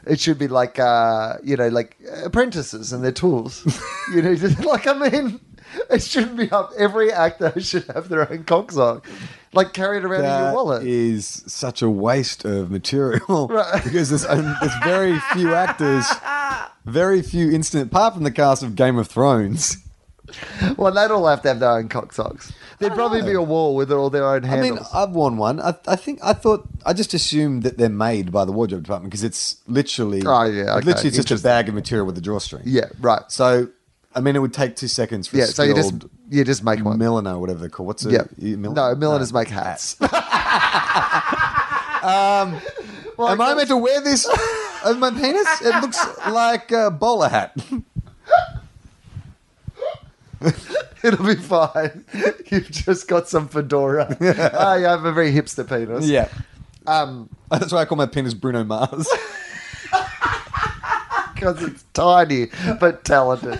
C: It should be like, uh, you know, like apprentices and
B: [laughs]
C: their tools. you know, just like, I mean, it shouldn't be up. Every actor should have their own cock sock, like carried around in your
B: That
C: wallet.
B: is such a waste of material
C: [laughs]
B: [laughs]
C: Right.
B: because there's, only, there's very few actors, very few instant, apart from the cast of Game of Thrones.
C: Well, they'd all have to have their own cock socks. There'd probably be a wall with all their own
B: I
C: handles.
B: mean, I've worn one. I, I think I thought I just assumed that they're made by the wardrobe department because it's literally,
C: Oh, yeah,
B: it's literally
C: okay,
B: just a
C: interesting.
B: bag of material with a drawstring.
C: yeah, right.
B: So, I mean, it would take two seconds for
C: yeah,
B: a
C: so you
B: skilled
C: just you just make one.
B: milliner, whatever they're called. What's a
C: yeah.
B: you- mil-
C: no, milliners make hats. um, well,
B: Um, Am I meant to wear [laughs] this over my penis? It looks like a bowler hat.
C: [laughs] It'll be fine. You've just got some fedora.
B: [laughs]
C: Ah, you have a very hipster penis.
B: yeah,
C: Um,
B: that's why I call my penis Bruno Mars.
C: because it's tiny but talented.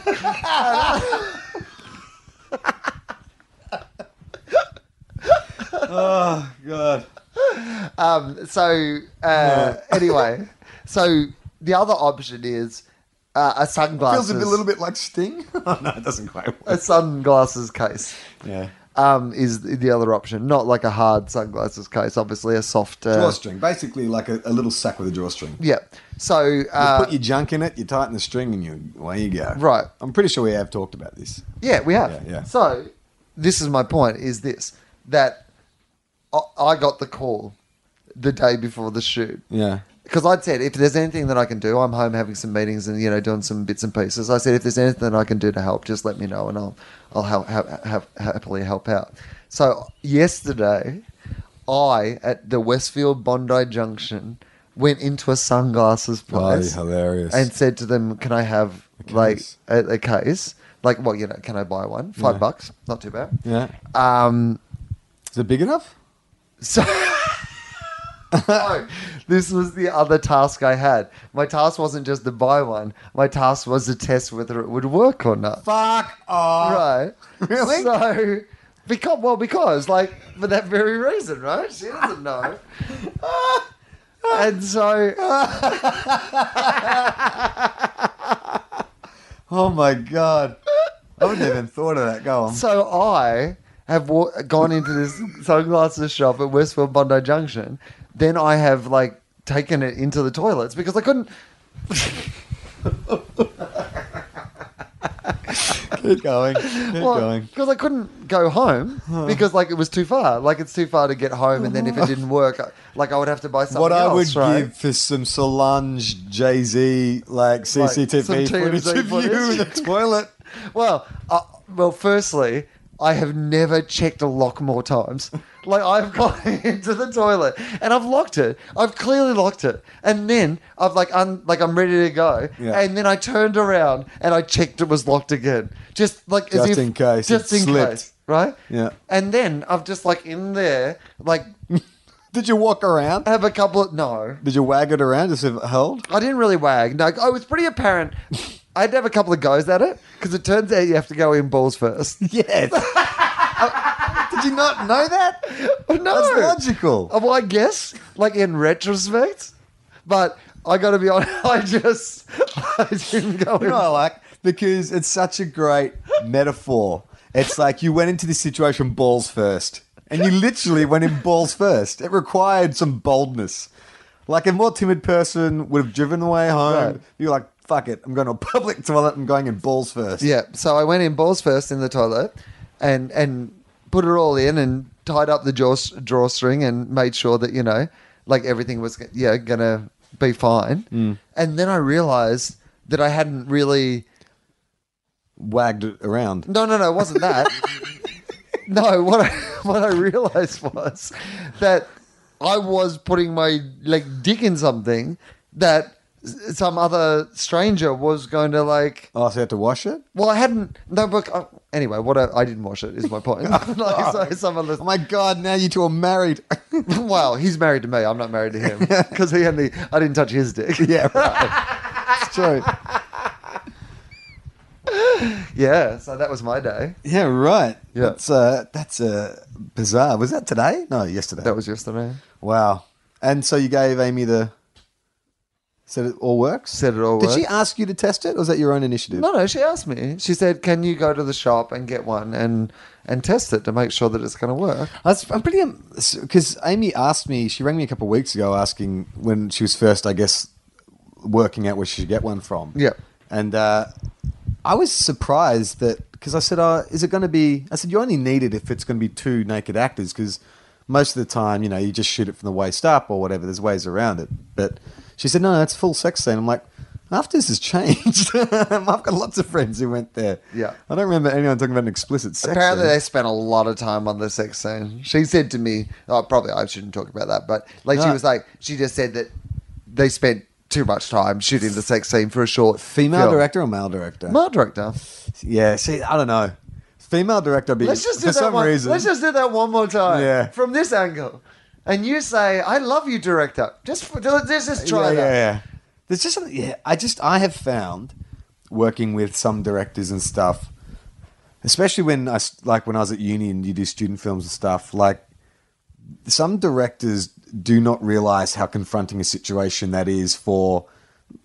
B: oh [laughs] God.
C: Um, so uh,
B: [laughs]
C: anyway, so the other option is uh, a
B: [laughs] Feels
C: sunglasses.
B: a bit- little bit like Sting. oh, no, it doesn't quite
C: a
B: work.
C: sunglasses case.
B: Yeah.
C: um, is the other option. Not like a hard sunglasses case, obviously a soft. Uh,
B: drawstring, basically like a, a little sack with a drawstring.
C: yeah. So
B: You
C: uh,
B: put your junk in it, you tighten the string, and you away you go.
C: Right.
B: I'm pretty sure we have talked about this.
C: Yeah, we have.
B: Yeah, yeah.
C: So this is my point: is this that I, I got the call the day before the shoot
B: Yeah.
C: because I'd said if there's anything that I can do, I'm home having some meetings and you know doing some bits and pieces. I said if there's anything that I can do to help, just let me know and I'll I'll help, ha- have, happily help out. So yesterday, I at the Westfield Bondi Junction went into a sunglasses place
B: hilarious.
C: and said to them, "Can I have like
B: case.
C: a, a case? Like what? You know, can I buy one? Five
B: Yeah.
C: bucks, not too bad."
B: yeah.
C: Um,
B: Is it big enough?
C: so. [laughs] No, this was the other task I had. My task wasn't just to buy one. My task was to test whether it would work or not.
B: Fuck off.
C: Right?
B: Really?
C: So, because well, because like for that very reason, right? She doesn't
B: [laughs]
C: know. and so
B: Oh my god. I wouldn't even thought of that. Go on.
C: So I have wa- gone into this sunglasses shop at Westfield Bondi Junction. Then I have like taken it into the toilets because I couldn't.
B: Keep going. Keep going.
C: Because I couldn't go home because like it was too far. Like it's too far to get home, and then
B: [laughs]
C: if it didn't work, I- like I would have to buy something
B: What I would
C: else, right?
B: give for some Solange, Jay Z, like CCTV
C: some TMZ
B: footage of you in the
C: footage.
B: toilet.
C: Well, uh, well, firstly, I have never checked a lock more times. Like I've [laughs] gone into the toilet and I've locked it. I've clearly locked it, and then I've like un- like I'm ready to go,
B: Yeah.
C: and then I turned around and I checked it was locked again, just like
B: Just
C: as if,
B: in case
C: just
B: it
C: in
B: slipped.
C: case, right?
B: Yeah.
C: And then I've just like in there, like
B: Did you walk around?
C: have a couple of no.
B: Did you wag it around just if it held?
C: I didn't really wag. No, oh, it was pretty apparent. I had to have a couple of goes at it because it turns out you have to go in balls [laughs] first.
B: [laughs] Yes. Uh, Did you not know that?
C: [laughs] no,
B: That's logical.
C: Uh, Well, I guess, like in retrospect, but I got to be [laughs] honest, I just I didn't go.
B: You
C: in-
B: know what I like? Because it's such a great metaphor. It's like you went into this situation balls first. And you literally went in balls first. It required some boldness. Like a more timid person would have driven the way home.
C: Right.
B: You're like, fuck it, I'm going to a public toilet, I'm going in balls first.
C: Yeah, so I went in balls first in the toilet, and and put it all in and tied up the jaw drawstring and made sure that you know, like everything was yeah gonna be fine. And then I realized that I hadn't really.
B: Wagged it around.
C: No, no, no, it wasn't that. no, what I, what I realized was that I was putting my like dick in something that s- some other stranger was going to like.
B: Oh, so you had to wash it?
C: Well, I hadn't. No, but uh, anyway, what I, I didn't wash it is my point. [laughs] like, so some other.
B: Oh my God, now you two are married. [laughs]
C: wow, he's married to me. I'm not married to him because he only. I didn't touch his dick.
B: yeah, right. it's true.
C: Yeah, so that was my day.
B: Yeah, right.
C: Yeah.
B: That's, uh, that's uh, bizarre. Was that today? No, yesterday.
C: That was yesterday.
B: Wow. And so you gave Amy the. Said it all works?
C: Said it all
B: Did she
C: works.
B: ask you to test it or was that your own initiative?
C: No, no. She asked me. She said, "Can you go to the shop and get one and and test it to make sure that it's going to work?"
B: I was, I'm pretty. Because Amy asked me, she rang me a couple of weeks ago asking when she was first, I guess, working out where she should get one from.
C: Yeah.
B: And uh, I was surprised that. Because I said, oh, is it going to be. I said, you only need it if it's going to be two naked actors because most of the time, you know, you just shoot it from the waist up or whatever. There's ways around it. But she said, no, no, it's a full sex scene. I'm like, Afters has changed. [laughs] I've got lots of friends who went there.
C: Yeah.
B: I don't remember anyone talking about an explicit sex
C: Apparently,
B: scene.
C: they spent a lot of time on the sex scene. She said to me, "Oh, probably I shouldn't talk about that," but like she
B: No.
C: was like, she just said that they spent too much time shooting the sex scene for a short
B: Female
C: film.
B: director or male director?
C: Male director.
B: Yeah, see, I don't know. Female director, be,
C: Let's just do
B: for
C: that
B: some
C: one.
B: reason.
C: Let's just do that one more time.
B: Yeah.
C: From this angle, and you say, "I love you, director." Just let's just try
B: yeah,
C: that.
B: yeah, yeah. There's just something. Yeah, I just I have found working with some directors and stuff, especially when I s- like when I was at uni and you do student films and stuff. Like some directors do not realize how confronting a situation that is for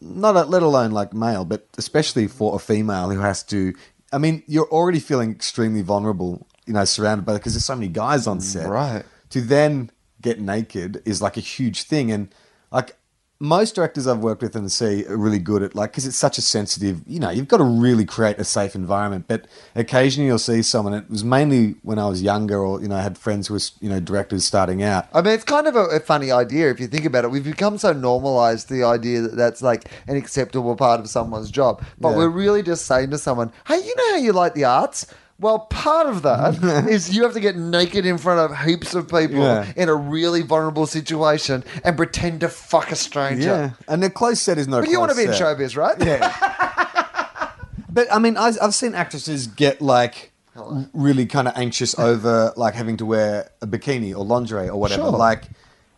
B: not a, let alone like male, but especially for a female who has to. I mean, you're already feeling extremely vulnerable you know, surrounded by because there's so many guys on set.
C: Mm, Right.
B: To then get naked is like a huge thing, and like most directors I've worked with and see are really good at like because it's such a sensitive. You know, you've got to really create a safe environment. But occasionally you'll see someone. It was mainly when I was younger, or you know, I had friends who was you know directors starting out.
C: I mean, it's kind of a, a funny idea if you think about it. We've become so normalized the idea that that's like an acceptable part of someone's job, but
B: Yeah.
C: we're really just saying to someone, "Hey, you know how you like the arts." Well, part
B: [laughs]
C: of that is you have to get naked in front of heaps of people
B: Yeah.
C: in a really vulnerable situation and pretend to fuck a stranger.
B: Yeah, and a close set is no.
C: But you want to be
B: close
C: in
B: set.
C: showbiz, right?
B: Yeah. [laughs] but I mean, I, I've seen actresses get like r- really kind of anxious over like having to wear a bikini or lingerie or whatever.
C: Sure.
B: Like,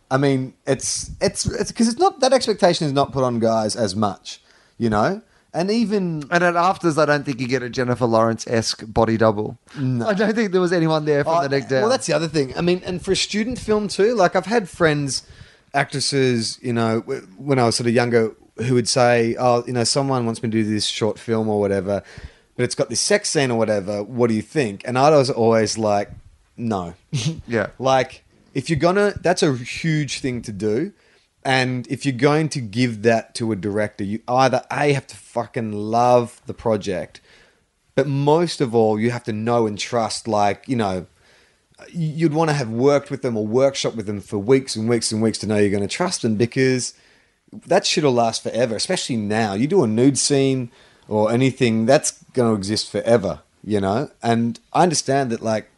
B: I mean, it's it's it's because it's not that expectation is not put on guys as much, you know. And even
C: And at afters, I don't think you get a Jennifer Lawrence esque body double. I don't think there was anyone there from
B: Oh,
C: the neck down.
B: Well, that's the other thing. I mean, and for a student film too, like I've had friends, actresses, you know, w- when I was sort of younger, who would say, "Oh, you know, someone wants me to do this short film or whatever, but it's got this sex scene or whatever. What do you think?" And I was always like, "No."
C: [laughs] Yeah.
B: Like, if you're gonna, that's a huge thing to do. And if you're going to give that to a director, you either A, have to fucking love the project, but most of all, you have to know and trust, like, you know, you'd want to have worked with them or workshop with them for weeks and weeks and weeks to know you're going to trust them because that shit'll last forever, especially now. You do a nude scene or anything, that's going to exist forever, you know? And I understand that, like,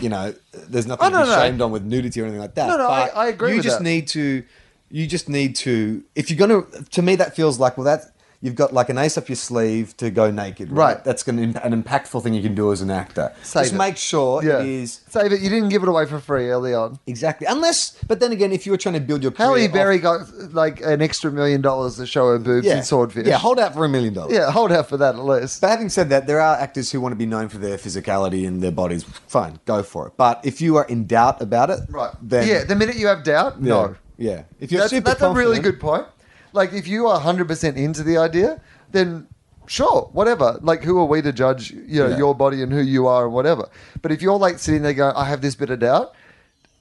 B: you know, there's nothing
C: Oh, no,
B: to be
C: no.
B: shamed on with nudity or anything like that.
C: No, no, I-
B: but
C: I agree
B: You
C: with
B: just
C: that.
B: need to, you just need to, if you're going to, to me, that feels like, well, that's, you've got like an ace up your sleeve to go naked.
C: Right.
B: That's gonna, an impactful thing you can do as an actor.
C: Save
B: just
C: it.
B: make sure
C: yeah.
B: it is
C: Save it. You didn't give it away for free early on.
B: Exactly. Unless, but then again, if you were trying to build your career,
C: Halle Berry
B: off-
C: got like an extra million dollars to show her boobs
B: yeah,
C: in Swordfish.
B: yeah, hold out for a million dollars.
C: yeah, hold out for that at least.
B: But having said that, there are actors who want to be known for their physicality and their bodies. Fine, go for it. But if you are in doubt about it,
C: Right.
B: Then
C: yeah, the minute you have doubt,
B: yeah,
C: no.
B: yeah. If you're
C: That's,
B: super
C: that's a really
B: confident-
C: good point. Like, if you are 100% into the idea, then sure, whatever. Like, who are we to judge, you know,
B: Yeah.
C: your body and who you are and whatever. But if you're like sitting there going, I have this bit of doubt,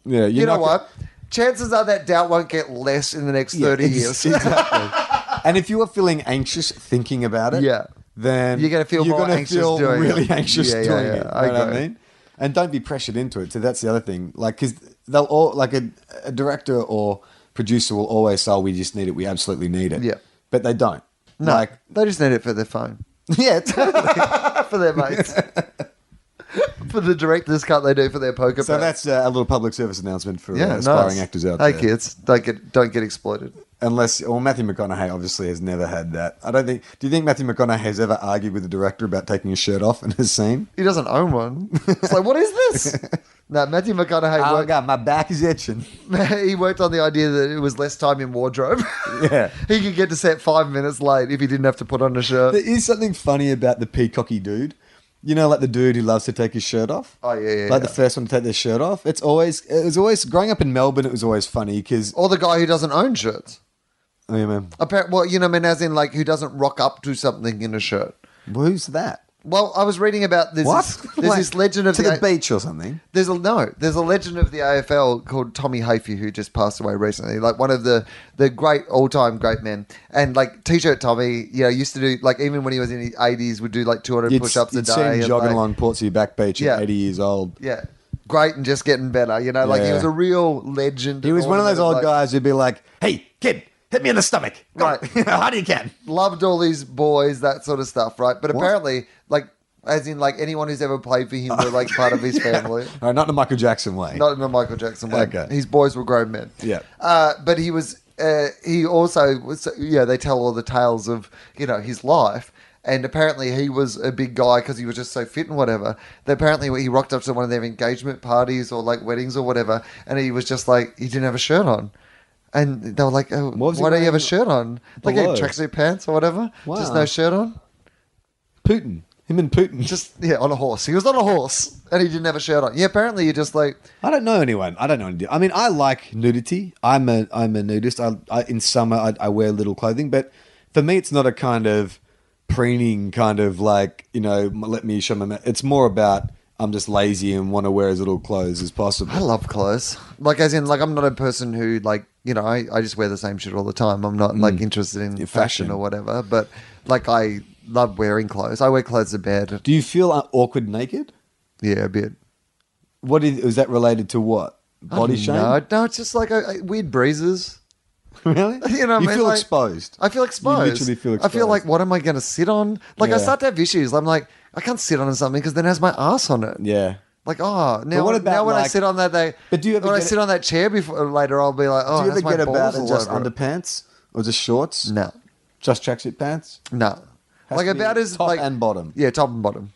B: yeah, you're
C: you know
B: not-
C: what? Chances are that doubt won't get less in the next
B: Yeah,
C: 30
B: ex-
C: years. [laughs]
B: exactly. and if you are feeling anxious thinking about it,
C: Yeah.
B: then
C: You're gonna feel
B: you're
C: more
B: gonna
C: anxious
B: feel
C: doing
B: really
C: it.
B: anxious
C: Yeah, yeah,
B: doing
C: yeah.
B: it.
C: I
B: you know what I
C: agree.
B: mean? And don't be pressured into it. So that's the other thing. Like, because they'll all like a, a director or producer will always say, oh, "We just need it. We absolutely need it."
C: Yeah.
B: but they don't.
C: no,
B: Like,
C: [laughs] they just need it for their phone.
B: yeah, [laughs] totally.
C: for
B: [laughs]
C: their mates. for the directors cut they do for their poker.
B: so
C: pad.
B: that's uh, a little public service announcement for uh,
C: yeah,
B: aspiring
C: nice.
B: actors out
C: hey
B: there.
C: kids, don't get don't get exploited.
B: Unless, well, Matthew McConaughey obviously has never had that. I don't think. Do you think Matthew McConaughey has ever argued with the director about taking his shirt off in his scene?
C: He doesn't own one. It's like, what
B: [laughs]
C: is this? No, Matthew McConaughey
B: Oh
C: worked,
B: god, my back is itching.
C: he worked [laughs] on the idea that it was less time in wardrobe.
B: Yeah.
C: [laughs] he could get to set five minutes late if he didn't have to put on a
B: There
C: shirt.
B: is something funny about the peacocky dude. You know, like the dude who loves to take his shirt off.
C: Oh, yeah, yeah,
B: Like
C: yeah.
B: the first one to take their shirt off. It's always it was always growing up in Melbourne. It was always funny because
C: Or the guy who doesn't own shirts.
B: oh yeah, man,
C: Apparently, well, you know, I mean, as in like who doesn't rock up to something in a shirt.
B: who's that?
C: Well, I was reading about this.
B: What?
C: There's
B: Like,
C: this legend of
B: to
C: the,
B: the, beach or something.
C: There's a no. There's a legend of the AFL called Tommy Hafey who just passed away recently. Like one of the the great all time great men. And like T-shirt Tommy, you know, used to do like even when he was in his 80s, would do like 200
B: You'd,
C: push-ups a
B: you'd
C: day.
B: see him
C: and,
B: jogging
C: like,
B: along Portsea Back Beach
C: Yeah.
B: at 80 years old.
C: Yeah, great and just getting better. You know, like he
B: Yeah.
C: was a real legend.
B: He was one of those old
C: Like,
B: guys who'd be like, "Hey, kid, hit me in the stomach, Go.
C: Right.
B: You know, [laughs] how do you can?"
C: Loved all these boys, that sort of stuff, right? But
B: What?
C: apparently, like as in like anyone who's ever played for him, were like part of
B: [laughs]
C: his family.
B: All right, not in a Michael Jackson way.
C: Not in a Michael Jackson way.
B: Okay.
C: His boys were grown men.
B: Yeah.
C: Uh, but he was, uh, he also was, yeah, they tell all the tales of, you know, his life. And apparently he was a big guy because he was just so fit and whatever. That apparently he rocked up to one of their engagement parties or like weddings or whatever. And he was just like, he didn't have a shirt on. And they were like, oh,
B: What
C: why
B: was he
C: don't you have a
B: wearing
C: shirt on? Like he had
B: below?
C: tracksuit pants or whatever. Just
B: Wow.
C: no shirt on.
B: Putin. Him and Putin.
C: Just, yeah, on a horse. He was on a horse and he didn't have a shirt on. Yeah, apparently you just like,
B: I don't know anyone. I don't know anyone. I mean, I like nudity. I'm a I'm a nudist. I, I in summer I, I wear little clothing, but for me, it's not a kind of preening kind of like you know m- let me show my. ma- It's more about I'm just lazy and want to wear as little clothes as possible.
C: I love clothes. Like, as in, like, I'm not a person who, like, you know, I, I just wear the same shit all the time. I'm not, like, interested in fashion.
B: Mm. fashion.
C: or whatever. But, like, I love wearing clothes. I wear clothes to bed.
B: Do you feel uh, awkward naked?
C: Yeah, a bit.
B: What is, is that related to? What body shame?
C: No, no, it's just like a, a- weird breezes.
B: [laughs]
C: [laughs]
B: Really?
C: You know what I
B: you
C: mean?
B: feel
C: Like-
B: exposed.
C: I feel exposed.
B: literally feel
C: I feel
B: exposed.
C: like, what am I going to sit on? Like, I
B: Yeah.
C: start to have issues. I'm like, I can't sit on something because then it has my ass on it.
B: yeah.
C: Like, oh, now,
B: what
C: when-
B: about,
C: now when I
B: like-
C: sit on that, they.
B: But do you ever
C: when I
B: get-
C: sit on that chair before later, I'll be like, oh,
B: Do you
C: that's
B: ever
C: my
B: get about
C: balls
B: it
C: all
B: just
C: over it.
B: underpants or just shorts?
C: No,
B: Just tracksuit pants?
C: no.
B: Has
C: like
B: to be
C: about as
B: top
C: like
B: and bottom.
C: Yeah, top and bottom.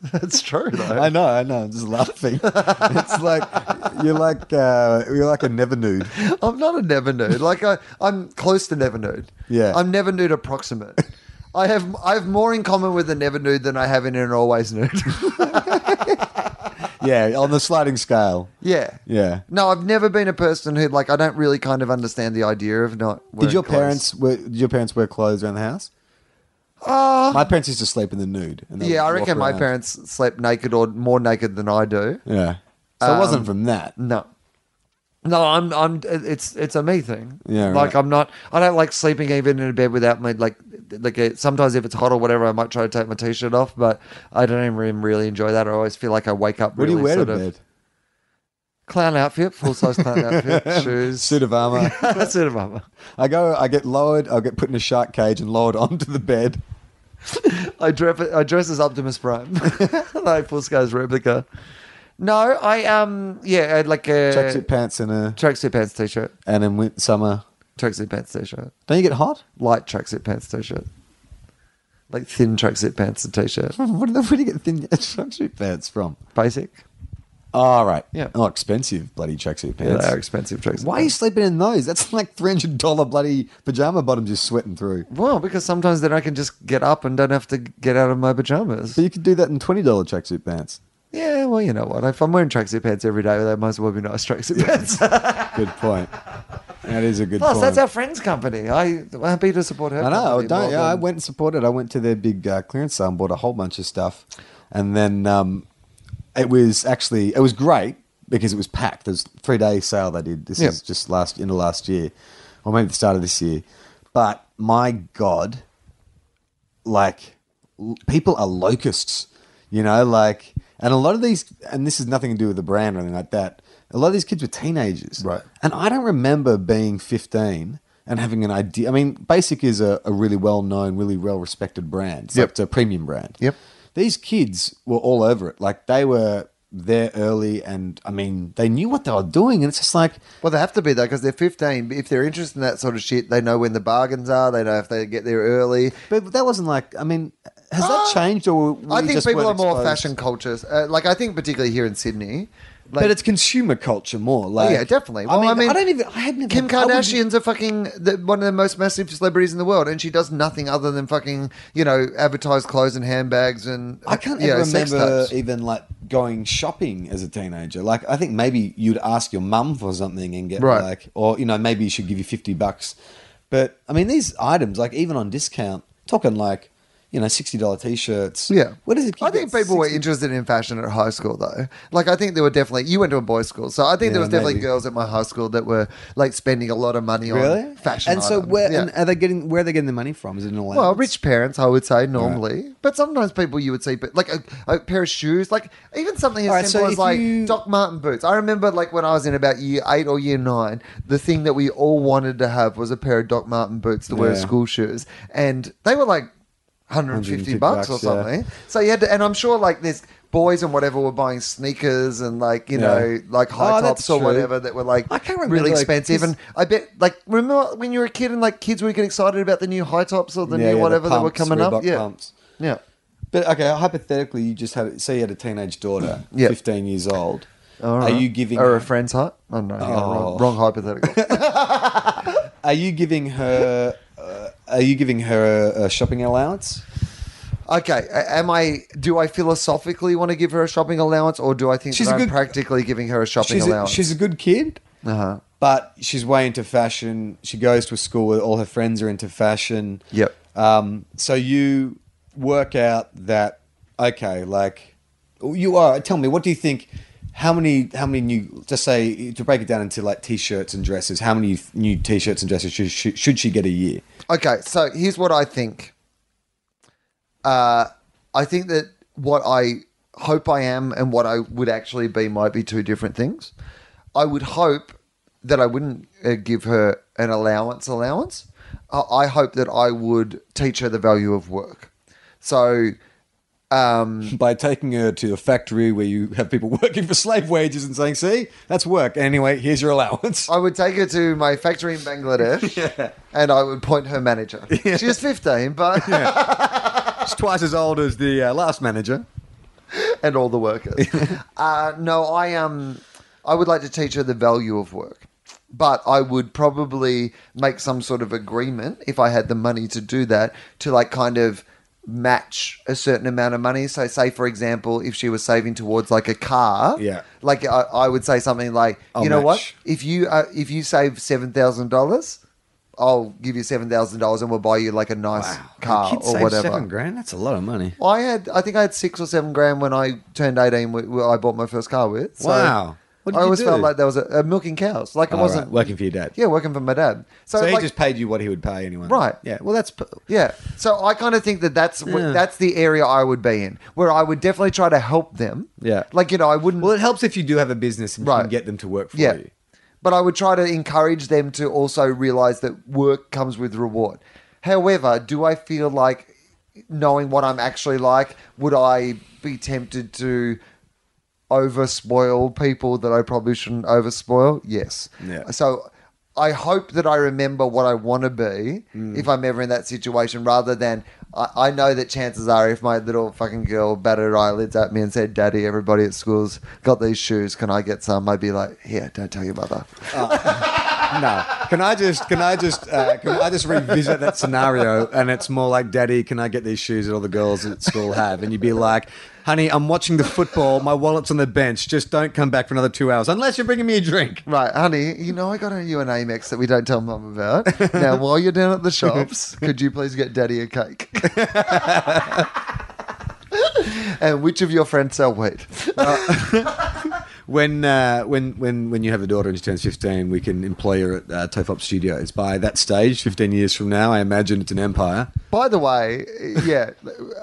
C: That's true though.
B: I know, I know. I'm just laughing. it's like you're like uh, you're like a never nude.
C: I'm not a never nude. Like I, I'm close to never nude.
B: Yeah.
C: I'm never nude approximate. I have I have more in common with a never nude than I have in an always nude.
B: Yeah, on the sliding scale.
C: [laughs] yeah.
B: Yeah.
C: No, I've never been a person who like I don't really kind of understand the idea of not.
B: Did
C: wearing
B: your
C: clothes.
B: parents wear, did your parents wear clothes around the house? Uh, my parents used to sleep in the nude. and they
C: Yeah, I
B: would uh, walk
C: reckon my
B: around.
C: parents slept naked or more naked than I do.
B: Yeah, so it
C: um,
B: wasn't from that.
C: No. No, I'm I'm it's it's a me thing.
B: Yeah,
C: Like
B: right.
C: I'm not I don't like sleeping even in a bed without my like like uh, sometimes if it's hot or whatever I might try to take my t-shirt off, but I don't even really enjoy that. I always feel like I wake up
B: What do
C: really
B: you wear to
C: sort of
B: bed?
C: clown outfit, full
B: [laughs]
C: size clown outfit, shoes. [laughs]
B: Suit of armor.
C: suit of armor.
B: I go. I get lowered. I get put in a shark cage and lowered [laughs] onto the bed.
C: I dress I dress as Optimus Prime. [laughs] like full size replica. No, I um yeah, I had like a
B: Tracksuit pants and a
C: tracksuit pants t-shirt.
B: and in win- summer.
C: Tracksuit pants t-shirt.
B: Don't you get hot? [laughs]
C: light tracksuit pants t-shirt, like thin tracksuit pants and t-shirt.
B: What do they- where do you get thin [laughs] tracksuit pants from?
C: Basic.
B: Oh, right.
C: Yeah.
B: Oh, expensive bloody tracksuit
C: Yeah,
B: pants.
C: they are expensive tracksuit.
B: Why are you
C: pants.
B: sleeping in those? That's like three hundred dollar bloody pajama bottoms you're sweating through.
C: Well, because sometimes then I can just get up and don't have to get out of my pajamas.
B: But you could do that in twenty dollar tracksuit pants.
C: Yeah, well, you know what? If I'm wearing tracksuit pants every day, they might as well be
B: [laughs]
C: nice tracksuit pants.
B: Good point. That is a good
C: Plus,
B: point.
C: that's our friend's company. I, I'm happy to support her.
B: I know. I
C: company
B: Don't.
C: more
B: Yeah, I
C: than-
B: went and supported. I went to their big uh, clearance sale and bought a whole bunch of stuff, and then um, it was actually it was great because it was packed. There's three day sale they did. This
C: Yeah.
B: is just last into last year, or maybe the start of this year. But my god, like l- people are locusts, you know, like and a lot of these and this is nothing to do with the brand or anything like that. A lot of these kids were teenagers.
C: Right.
B: And I don't remember being 15 and having an idea. I mean, Basic is a, a really well known, really well respected brand. It's, like-
C: Yep.
B: it's a premium brand.
C: Yep.
B: These kids were all over it. Like they were there early and I mean, they knew what they were doing. And it's just like,
C: Well, they have to be though, because they're 15. If they're interested in that sort of shit, they know when the bargains are. They know if they get there early.
B: but that wasn't like, I mean, has that changed or were
C: Uh, I
B: you
C: think
B: just
C: people are
B: weren't
C: more
B: exposed?
C: fashion cultures. Uh, like I think particularly here in Sydney, like, Oh,
B: but it's consumer culture more. Like,
C: yeah, definitely. Well,
B: I, mean, I don't even. I hadn't.
C: Kim
B: I wouldn't-
C: Kardashian's a fucking the, one of the most massive celebrities in the world, and she does nothing other than fucking you know advertise clothes and handbags and
B: I can't
C: you
B: ever
C: know, sex
B: remember
C: tapes.
B: even like going shopping as a teenager. Like, I think maybe you'd ask your mum for something and get
C: Right.
B: like, or you know, maybe she should give you fifty bucks. But I mean, these items, like even on discount, talking like, you know, sixty dollar t-shirts.
C: Yeah,
B: what does it?
C: I think people were interested in fashion at high school, though. Like, I think there were definitely you went to a boys' school, so I think
B: Yeah,
C: there was definitely
B: maybe.
C: girls at my high school that were like spending a lot of money
B: really
C: on fashion.
B: And so,
C: items.
B: where
C: Yeah.
B: and are they getting? Where are they getting the money from? Is it an allowance?
C: Well, rich parents, I would say normally, but sometimes people you would see, but like a, a pair of shoes, like even something as
B: All right, so
C: simple as
B: if
C: like
B: you-
C: Doc Martin boots. I remember like when I was in about year eight or year nine, the thing that we all wanted to have was a pair of Doc Martin boots to wear as
B: Yeah.
C: school shoes, and they were like
B: 150
C: 150, bucks, or
B: bucks, yeah.
C: something. So you had to, and I'm sure like there's boys and whatever were buying sneakers and like you
B: Yeah.
C: know like high
B: Oh, that's
C: tops or
B: true.
C: whatever that were like
B: I can't
C: really
B: remember, like,
C: expensive
B: this-
C: and I bet, like, remember when you were a kid and like kids were getting excited about the new high tops or
B: Yeah,
C: the new
B: yeah, the
C: whatever that were
B: pumps,
C: coming up?
B: Reebok
C: Yeah,
B: pumps.
C: yeah.
B: But okay, hypothetically, you just had say you had a teenage daughter,
C: Yep.
B: fifteen years old.
C: All
B: Are
C: right.
B: you giving?
C: or a friend's height? Oh no, hang on, wrong,
B: Oh. [laughs]
C: wrong hypothetical.
B: Are you giving her? Uh, are you giving her a, a shopping allowance?
C: okay, a- am I? Do I philosophically want to give her a shopping allowance, or do I think
B: She's
C: that
B: a
C: I'm
B: good-
C: practically giving her a shopping
B: She's a,
C: allowance?
B: she's a good kid,
C: uh-huh.
B: but she's way into fashion. She goes to a school where all her friends are into fashion.
C: Yep.
B: Um, so you work out that okay, like you are. Tell me, what do you think? How many? How many new? Just say to break it down into like t-shirts and dresses. How many new t-shirts and dresses should, should, should she get a year?
C: Okay, so here's what I think. Uh, I think that what I hope I am and what I would actually be might be two different things. I would hope that I wouldn't uh, give her an allowance allowance. Uh, I hope that I would teach her the value of work. So
B: By taking her to a factory where you have people [laughs] working for slave wages and saying, "See, that's work." Anyway, here's your allowance.
C: I would take her to my factory in Bangladesh and I would point her manager. She was 15, but
B: It's twice as old as the uh, last manager.
C: and all
B: [laughs]
C: the workers. uh, no, I um, I would like to teach her the value of work, but I would probably make some sort of agreement if I had the money to do that to like kind of match a certain amount of money. So, say for example, if she was saving towards like a car,
B: Yeah.
C: like I, I would say something like,
B: I'll
C: you know what,
B: match.
C: if you uh, if you save seven thousand dollars. I'll give you seven thousand dollars, and we'll buy you like a nice car
B: Kids
C: or
B: save
C: whatever.
B: Seven grand. That's a lot of money.
C: Well, I had, I think I had six or seven grand when I turned eighteen. wh- wh- I bought my first car with. So
B: Wow. What did
C: I
B: you
C: always
B: do?
C: felt like there was a, a milking cows. Like it
B: All
C: wasn't
B: right, working for your dad.
C: Yeah, working for my dad. So,
B: So, he
C: like-
B: just paid you what he would pay anyone.
C: Right.
B: Yeah. Well, that's p-
C: yeah. So I kind of think that that's wh-
B: Yeah.
C: that's the area I would be in, where I would definitely try to help them.
B: Yeah.
C: Like you know, I wouldn't.
B: well. It helps if you do have a business and you
C: Right.
B: can get them to work for
C: yeah.
B: you.
C: But I would try to encourage them to also realize that work comes with reward. However, do I feel like knowing what I'm actually like, would I be tempted to overspoil people that I probably shouldn't overspoil? Yes.
B: Yeah.
C: So I hope that I remember what I want to be if I'm ever in that situation rather than I, I know that chances are if my little fucking girl batted her eyelids at me and said, Daddy, everybody at school's got these shoes. Can I get some? I'd be like, Yeah, don't tell your mother.
B: No. Can I just can I just uh, can I just revisit that scenario? And it's more like, Daddy, can I get these shoes that all the girls at school have? And you'd be like, Honey, I'm watching the football. My wallet's on the bench. Just don't come back for another two hours unless you're bringing me a drink.
C: Right, honey, you know I got a you an Amex that we don't tell mum about. Now, while you're down at the shops, could you please get daddy a cake? [laughs] and which of your friends sell weed?
B: When uh, when when when you have a daughter and she turns 15, we can employ her at uh, Tofop Studios. By that stage, 15 years from now, I imagine it's an empire.
C: By the way, yeah,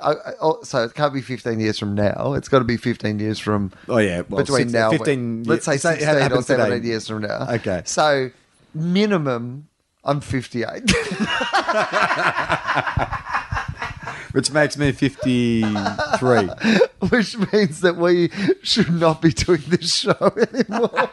C: I, I, oh, so it can't be 15 years from now. It's got to be 15 years from
B: Oh yeah, well,
C: between
B: six-
C: now,
B: 15
C: let's say
B: years- say it
C: 16 or
B: happens today.
C: 17 years from now.
B: Okay.
C: so minimum, I'm 58.
B: which makes me
C: [laughs]
B: 53.
C: [laughs] Which means that we should not be doing this show [laughs] anymore.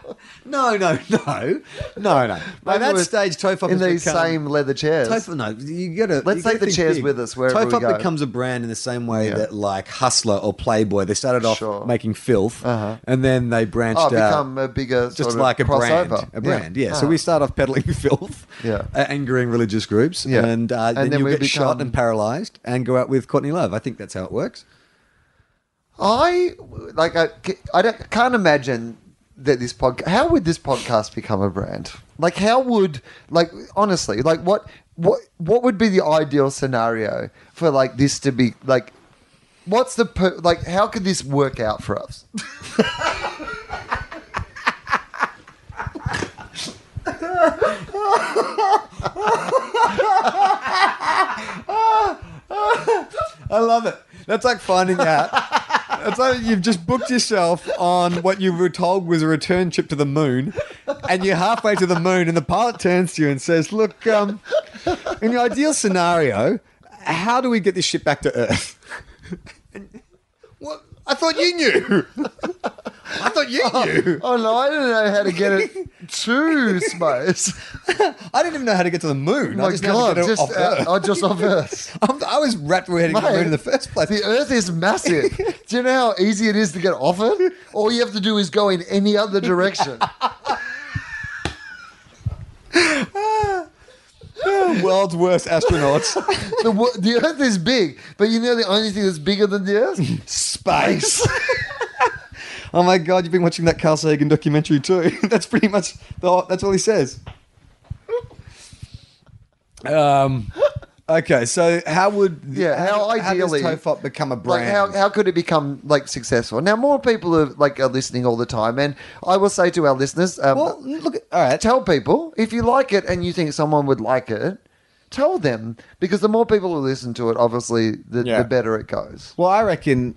B: no, no, no, no, no. By
C: Maybe
B: that
C: we're
B: stage, Tofop
C: in
B: has
C: these
B: become-
C: same leather chairs.
B: Tofop, no, you gotta.
C: Let's
B: you gotta
C: take the
B: think
C: chairs
B: big.
C: with us wherever we
B: Tofop
C: go.
B: becomes a brand in the same way
C: Yeah.
B: that like Hustler or Playboy, they started off
C: Sure. Uh-huh.
B: making filth, and then they branched
C: oh,
B: out.
C: become a bigger
B: just
C: sort of
B: like a
C: crossover. Ah.
B: brand, a brand, yeah. So we start off peddling [laughs] filth,
C: Yeah.
B: uh, angering religious groups,
C: Yeah.
B: and, uh,
C: And
B: then,
C: then
B: you
C: we
B: get shot
C: become-
B: and paralyzed, and go out with Courtney Love. I think that's how it works.
C: I like I, I don't, can't imagine that this podcast. How would this podcast become a brand? Like how would like honestly like what what what would be the ideal scenario for like this to be like? What's the per- like? How could this work out for
B: [laughs]
C: us?
B: I love it. That's like finding out. It's like you've just booked yourself on what you were told was a return trip to the moon, and you're halfway to the moon, and the pilot turns to you and says, "Look, um, in the ideal scenario, how do we get this ship back to Earth?" And- what? I thought you knew. I thought you knew.
C: Oh no, I don't know how to
B: [laughs]
C: get it to space.
B: I didn't even know how to get to the moon. I
C: My
B: just know how to
C: God,
B: get it
C: just
B: off
C: uh,
B: Earth.
C: oh,
B: [laughs]
C: just off Earth.
B: I'm- I was wrapped we heading to the
C: Mate,
B: moon in the first place.
C: The Earth
B: [laughs]
C: is massive. do you know how easy it is to get off it? All you have to do is go in any other direction.
B: world's worst astronauts.
C: the, wo- the Earth is big, but you know the only thing that's bigger than
B: [laughs]
C: the Earth? [laughs]
B: space. oh my god, you've been watching that Carl Sagan documentary
C: [laughs]
B: too. that's pretty much the, that's all he says. Um, Okay, so how would
C: Yeah, how ideally-
B: how does Tofop become a
C: Like,
B: brand?
C: how, how could it become like successful? Now more people are like are listening all the time, and I will say to our listeners, um,
B: well, look, all right.
C: tell people if you like it and you think someone would like it, tell them because the more people who listen to it, obviously, the,
B: Yeah.
C: the better it goes.
B: Well, I reckon,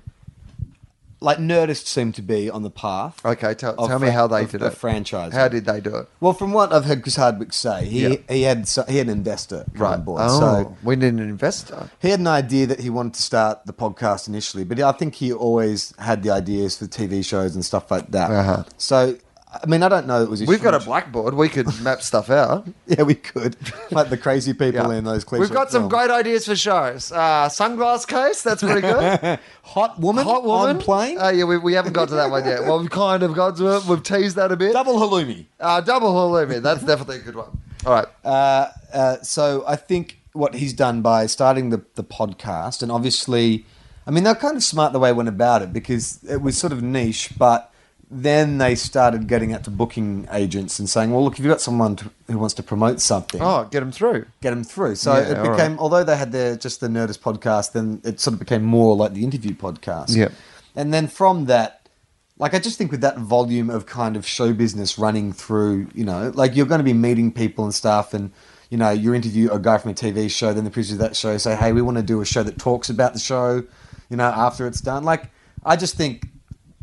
B: like Nerdist seem to be on the path.
C: Okay, tell,
B: Of
C: tell me
B: fran-
C: how they
B: of-
C: did
B: of
C: it.
B: franchising.
C: How did they do it?
B: Well, from what I've heard Chris Hardwick say, he
C: Yeah.
B: he had so, he had an investor come on board,
C: Oh,
B: so
C: we need an investor.
B: he had an idea that he wanted to start the podcast initially, but I think he always had the ideas for TV shows and stuff like that.
C: Uh-huh.
B: So, I mean, I don't know. It was
C: We've got a
B: huge-
C: blackboard. We could map stuff out.
B: [laughs] Yeah, we could. Like the crazy [laughs] people in those clips.
C: We've got some great ideas for shows. Uh, sunglass case. That's
B: [laughs]
C: pretty good.
B: hot woman,
C: Hot woman
B: on plane,
C: Oh yeah, we, we haven't got to that one
B: [laughs]
C: yet. Well, we've kind of got to it. We've teased that a bit.
B: double halloumi.
C: uh, double halloumi. That's definitely a good one. All right.
B: Uh, uh, so I think what he's done by starting the, the podcast, and obviously, I mean, they're kind of smart the way they went about it because it was sort of niche, but then they started getting out to booking agents and saying, well, look, if you've got someone to, who wants to promote something,
C: Oh, get them through.
B: get them through. So
C: Yeah,
B: it
C: all
B: became,
C: right.
B: although they had their just the Nerdist podcast, then it sort of became more like the interview podcast.
C: Yep.
B: And then from that, like I just think with that volume of kind of show business running through, you know, like you're going to be meeting people and stuff, and you know, you interview a guy from a TV show, then the producer of that show say, hey, we want to do a show that talks about the show, you know, after it's done. Like I just think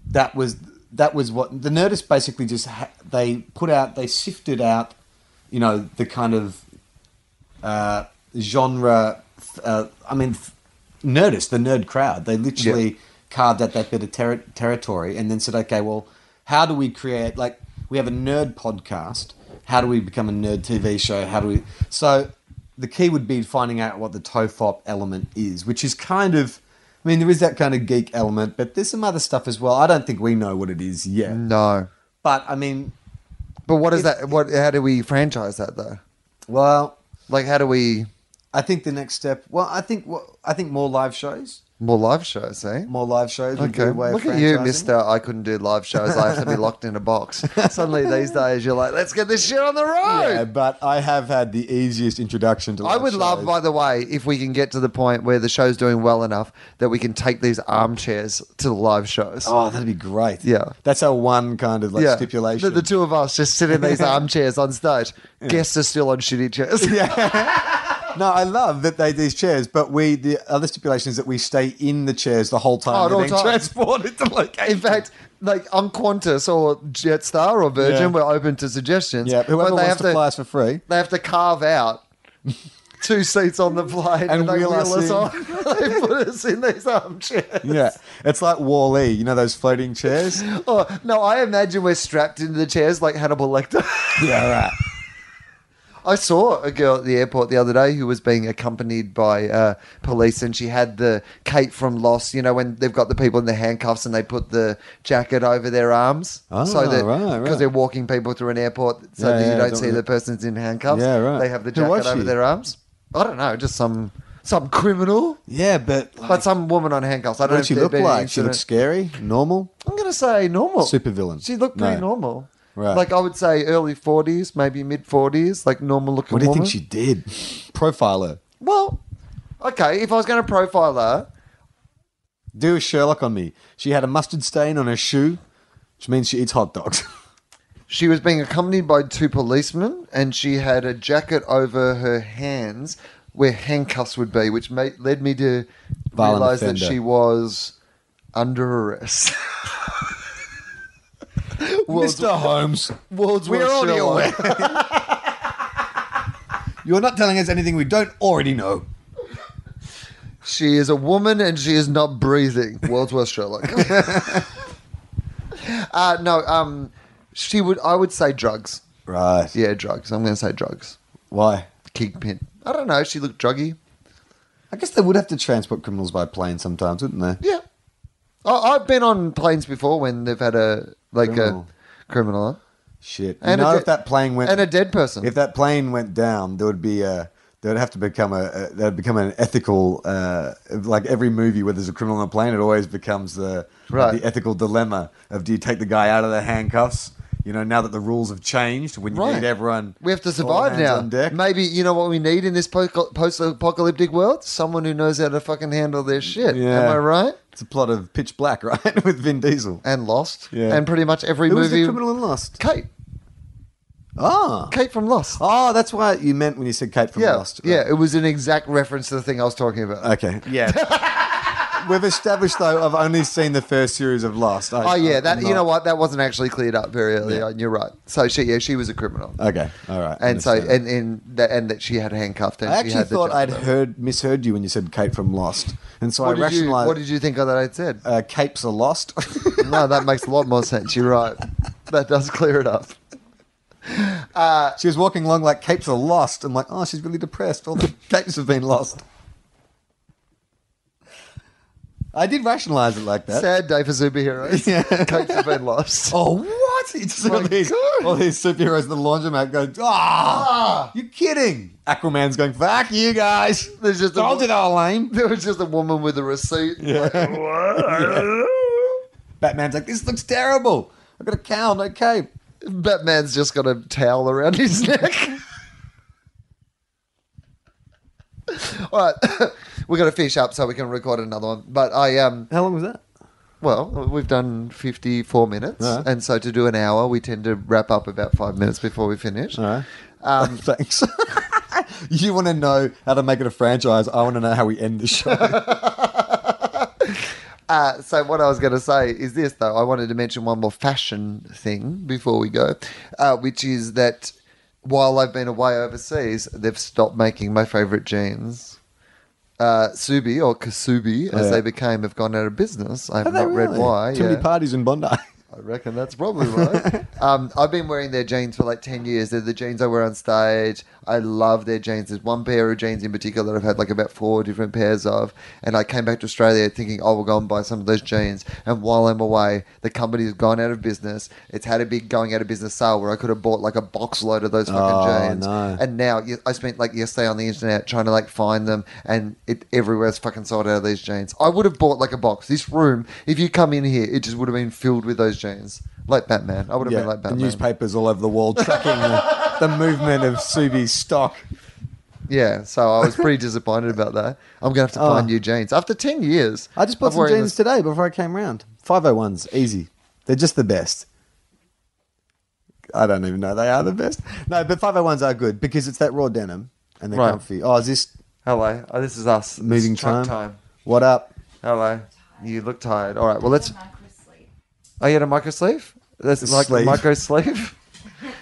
B: that was that was what the Nerdist basically just ha- they put out, they sifted out, you know, the kind of uh, genre. Uh, I mean, f- Nerdist, the nerd crowd, they literally carved out that bit of terri territory and then said, okay, well, how do we create, like, we have a nerd podcast. How do we become a nerd TV show? How do we. So the key would be finding out what the TOEFOP element is, which is kind of. I mean, there is that kind of geek element, but there's some other stuff as well. I don't think we know what it is yet.
C: No.
B: But, I mean,
C: But what is
B: It's-
C: that? What? How do we franchise that though?
B: well,
C: Like, how do we
B: I think the next step. Well, I think well, I think more live shows,
C: more live shows? Eh?
B: more live shows. would be
C: Okay.
B: a way of
C: Look at you,
B: franchising.
C: Mister. I couldn't do live shows. I
B: [laughs]
C: have to be locked in a box. Suddenly, these days, you're like, let's get this shit on the road.
B: Yeah, but I have had the easiest introduction to.
C: I
B: Live
C: would love,
B: shows.
C: by the way, if we can get to the point where the show's doing well enough that we can take these armchairs to the live shows.
B: Oh, that'd be great.
C: Yeah.
B: that's our one kind of like
C: Yeah.
B: stipulation.
C: The, the two of us just sit
B: [laughs]
C: in these armchairs on stage. Guests are still on shitty chairs.
B: no, I love that they these chairs, but we the other stipulation is that we stay in the chairs the whole time.
C: Oh, at
B: we're
C: all
B: being
C: times.
B: transported to location.
C: In fact, like on Qantas or Jetstar or Virgin,
B: Yeah.
C: we're open to suggestions.
B: yeah, whoever
C: but
B: wants
C: they have
B: to fly us for free.
C: they have to carve out [laughs] two seats on the plane and,
B: And
C: they
B: wheel
C: wheel
B: us
C: us
B: in.
C: on. [laughs] they put us in these
B: [laughs]
C: armchairs.
B: Yeah, it's like Wall-E, you know those floating chairs.
C: [laughs] Oh, no, I imagine we're strapped into the chairs like Hannibal Lecter. [laughs]
B: yeah, right.
C: I saw a girl at the airport the other day who was being accompanied by uh, police, and she had the cape from Lost. You know, when they've got the people in the handcuffs and they put the jacket over their arms,
B: Ah,
C: that
B: right, right.
C: because they're walking people through an airport, so
B: Yeah,
C: that you
B: yeah,
C: don't
B: don't
C: see
B: really-
C: the person's in handcuffs.
B: Yeah, right.
C: They have the
B: Who was
C: jacket over
B: she?
C: their arms. I don't know, just some some criminal,
B: Yeah, but like,
C: but some woman on handcuffs. I
B: what
C: don't
B: did she
C: know if
B: look
C: there'd been any
B: like? She looked
C: incident.
B: scary, normal.
C: I'm gonna say normal.
B: Supervillain.
C: She looked pretty
B: No.
C: normal.
B: Right.
C: Like I would say early 40s, maybe mid 40s, like normal looking
B: What do you
C: woman.
B: think she did? Profile her.
C: Well, okay, if I was going to profile her,
B: Do a Sherlock on me. She had a mustard stain on her shoe, which means she eats hot [laughs] dogs.
C: she was being accompanied by two policemen and she had a jacket over her hands where handcuffs would be, which made, led me to
B: Violent
C: realize that
B: offender.
C: she was under arrest. World's-
B: Mr. Holmes,
C: [laughs] World's
B: we're
C: worst
B: already
C: Sherlock.
B: aware. You're not telling us anything we don't already know.
C: [laughs] She is a woman and she is not breathing. World's worst Sherlock. [laughs] uh, no, um, she would. I would say drugs.
B: Right.
C: Yeah, drugs. I'm going to say drugs.
B: Why?
C: Kingpin. I don't know. She looked druggy.
B: I guess they would have to transport criminals by plane sometimes, wouldn't they?
C: Yeah. I, I've been on planes before when they've had a like
B: Criminal.
C: a criminal on.
B: Shit. You
C: And a
B: know
C: de-
B: if that plane went
C: and a dead person.
B: if that plane went down, there would be a there would have to become a, a there would become an ethical uh, like every movie where there's a criminal on a plane, it always becomes the
C: Right.
B: the ethical dilemma of do you take the guy out of the handcuffs? You know, now that the rules have changed, when you
C: Right.
B: need everyone,
C: We have to
B: all
C: survive
B: hands
C: now.
B: on deck.
C: Maybe you know what we need in this post apocalyptic world? Someone who knows how to fucking handle their shit.
B: Yeah.
C: Am I right?
B: It's a plot of Pitch Black, [laughs] right, with Vin Diesel.
C: And Lost.
B: Yeah.
C: And pretty much every
B: Who was
C: movie.
B: the criminal in Lost?
C: Kate.
B: Ah,
C: Kate from Lost.
B: oh, that's what you meant when you said Kate from
C: yeah.
B: Lost. right?
C: Yeah. It was an exact reference to the thing I was talking about.
B: Okay. Yeah. [laughs] We've established though I've only seen the first series of Lost. I,
C: Oh yeah,
B: I'm
C: that you
B: not-
C: know what that wasn't actually cleared up very early
B: Yeah.
C: on. You're right. So she yeah she was a criminal,
B: Okay. All right.
C: and so
B: Understand.
C: and and that, and that she had handcuffed. And
B: I
C: she
B: actually
C: had the
B: thought
C: jump
B: I'd
C: over.
B: heard misheard you when you said Kate from Lost, and so
C: What
B: I
C: did, you,
B: rationalized
C: what did you think of that I'd said?
B: uh, capes are lost.
C: [laughs] no, that makes a lot more sense. You're right. That does clear it up.
B: she was walking along like capes are lost. I'm like, oh, she's really depressed. All the [laughs] capes have been lost. I did rationalize it like that.
C: Sad day for [laughs]
B: [laughs]
C: superheroes.
B: Yeah.
C: Cokes have been [laughs] lost.
B: Oh, what? It's just all
C: My
B: these,
C: God.
B: all these superheroes in the laundromat going, ah, you kidding. Aquaman's going, fuck you guys.
C: There's just a-
B: Told you they were [laughs] lame.
C: There was just a woman with a receipt.
B: Batman's like, this looks terrible. I've got a cow, no cape.
C: Batman's just got a towel around his [laughs] neck. All right, [laughs] we're going to finish up so we can record another one. But I um,
B: How long was that?
C: well, we've done fifty-four minutes,
B: Yeah.
C: and so to do an hour, we tend to wrap up about five minutes before we finish.
B: Um, Thanks. [laughs] you want to know how to make it a franchise. I want to know how we end the [laughs] show.
C: Uh, so what I was going to say is this though. I wanted to mention one more fashion thing before we go, uh, which is that while I've been away overseas, they've stopped making my favorite jeans. Uh, Subi or Kasubi, as
B: Yeah.
C: they became, have gone out of business. I have not read why.
B: Too
C: yeah.
B: many parties in [laughs] Bondi.
C: I reckon that's
B: [laughs]
C: probably right. um, I've been wearing their jeans for like 10 years. They're the jeans I wear on stage. I love their jeans. There's one pair of jeans in particular that I've had like about four different pairs of. And I came back to Australia thinking, oh, we'll go and buy some of those jeans. And while I'm away, the company has gone out of business. It's had a big going out of business sale where I could have bought like a box load of those fucking
B: Oh,
C: jeans.
B: no.
C: And now y- I spent like yesterday on the internet trying to like find them, and it everywhere's fucking sold out of these jeans. I would have bought like a box. This room, if you come in here, it just would have been filled with those jeans, like Batman. I would have
B: Yeah,
C: been like
B: the
C: Batman.
B: newspapers all over the wall tracking the, the movement of Subi's stock.
C: Yeah, so I
B: [laughs]
C: was pretty disappointed about that. I'm gonna have to
B: Oh.
C: find new jeans after ten years.
B: I just bought
C: of
B: some
C: wearing
B: jeans
C: this-
B: today before I came round. 501s, easy. They're just the best. I don't even know they are the best. No, but 501s are good because it's that raw denim and they're
C: Right.
B: comfy. Oh, is this
C: Hello, oh, this is us. This
B: meeting
C: is truck
B: time? What up?
C: Hello, you look tired. All right, well let's. Oh, you had a micro sleeve. That's like a
B: Sleeve. [laughs]
C: micro sleeve.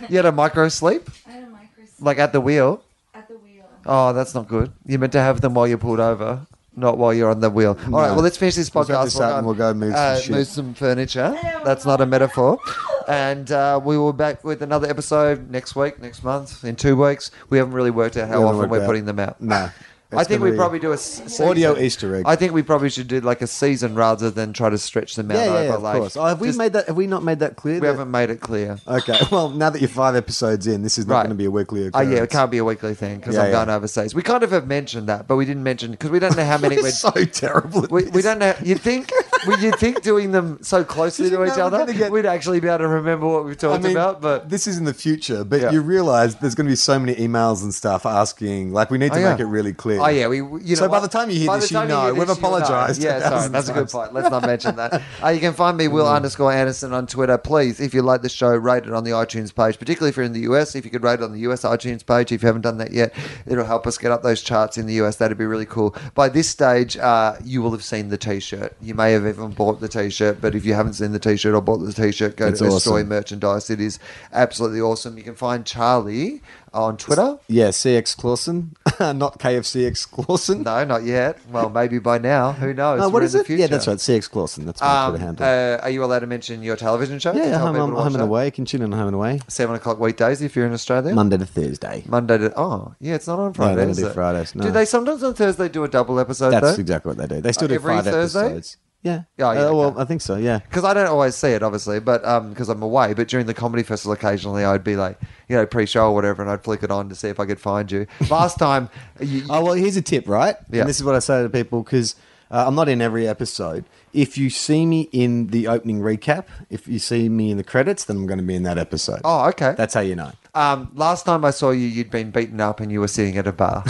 C: you had a micro sleep,
E: I had a micro sleep
C: like at the wheel.
E: at the wheel.
C: Oh, that's not good. You're meant to have them while you're pulled over, not while you're on the wheel. All right,
B: No.
C: well, let's finish this
B: Let's wrap
C: podcast.
B: this up and we'll go move some
C: uh,
B: shit.
C: move some furniture. That's not a metaphor. And uh, we will be back with another episode next week, next month, in two weeks. We haven't really worked out how
B: We haven't
C: often
B: worked
C: we're
B: out.
C: putting them out.
B: No.
C: I
B: It's
C: think
B: gonna
C: we
B: be
C: probably do a s- season.
B: Audio Easter egg.
C: I think we probably should do like a season rather than try to stretch them out
B: yeah, yeah,
C: over
B: yeah, of
C: like.
B: course. Oh, have we
C: just-
B: made Oh, that? Have we not made that clear?
C: we
B: that-
C: haven't made it clear.
B: Okay. [laughs] Well, now that you're five episodes in, this is not
C: Right.
B: going to be a weekly
C: Oh
B: occurrence.
C: yeah, it can't be a weekly thing because
B: Yeah,
C: I'm
B: yeah.
C: going overseas. We kind of have mentioned that, but we didn't mention because we don't know how
B: [laughs]
C: many
B: We're
C: we're
B: so terrible. At
C: We,
B: this.
C: we don't know. You'd think would you think doing them so closely
B: Did you
C: to each
B: know we're
C: other,
B: gonna get-
C: we'd actually be able to remember what we've
B: I
C: talked
B: mean,
C: about. But
B: this is in the future. But
C: Yeah.
B: you realise there's going to be so many emails and stuff asking. Like, we need to
C: Oh, yeah.
B: make it really clear.
C: oh yeah, we you know.
B: So by
C: what?
B: the time you hear
C: By
B: this,
C: the
B: you
C: time
B: know.
C: hear
B: We've
C: this, you'll know.
B: apologised a
C: Yeah,
B: [laughs]
C: sorry,
B: thousand
C: that's a good
B: times.
C: point. Let's not
B: [laughs]
C: mention that. Uh, you can find me Will
B: Mm.
C: underscore Anderson on Twitter. Please, if you like the show, rate it on the iTunes page, particularly if you're in the US. If you could rate it on the US iTunes page, if you haven't done that yet, it'll help us get up those charts in the US. That'd be really cool. By this stage, uh, you will have seen the T-shirt. You may have even bought the T-shirt, but if you haven't seen the T-shirt or bought the T-shirt, go
B: It's
C: to
B: awesome.
C: Estoy Merchandise. It is absolutely awesome. You can find Charlie on Twitter.
B: Yeah, CX Clausen, [laughs] not KFCX Clausen.
C: No, not yet. Well, maybe by now. Who knows?
B: No, Uh, what
C: We're
B: is
C: in the
B: it? Yeah,
C: future.
B: that's right. CX Clausen. That's my
C: Um,
B: Twitter handle.
C: uh, are you allowed to mention your television show?
B: yeah,
C: to
B: yeah.
C: tell
B: Home,
C: people
B: home,
C: to watch
B: home and
C: that?
B: away. You can tune in on Home and Away.
C: Seven o'clock weekdays if you're in Australia.
B: Monday to Thursday.
C: Monday to oh yeah, it's not on
B: they don't
C: Fridays. is
B: do
C: it?
B: Fridays, no.
C: Do they sometimes on Thursday do a double episode
B: That's
C: though?
B: exactly what they do. They still do
C: Uh, Every
B: five
C: Thursday?
B: episodes. Yeah.
C: Oh, yeah,
B: Uh, well,
C: okay.
B: I think so. Yeah.
C: Because I don't always see it, obviously, but because I'm away. But during the comedy festival, occasionally I'd be like, you know, pre-show or whatever, and I'd flick it on to
B: [laughs]
C: see if I could find you. Last time, you,
B: Oh well, here's a tip, right?
C: Yeah.
B: And this is what I say to people because Uh, I'm not in every episode. If you see me in the opening recap, if you see me in the credits, then I'm going to be in that episode.
C: Oh, okay.
B: That's how you know.
C: Um, last time I saw you, you'd been beaten up and you were sitting at a
B: [laughs]
C: bar.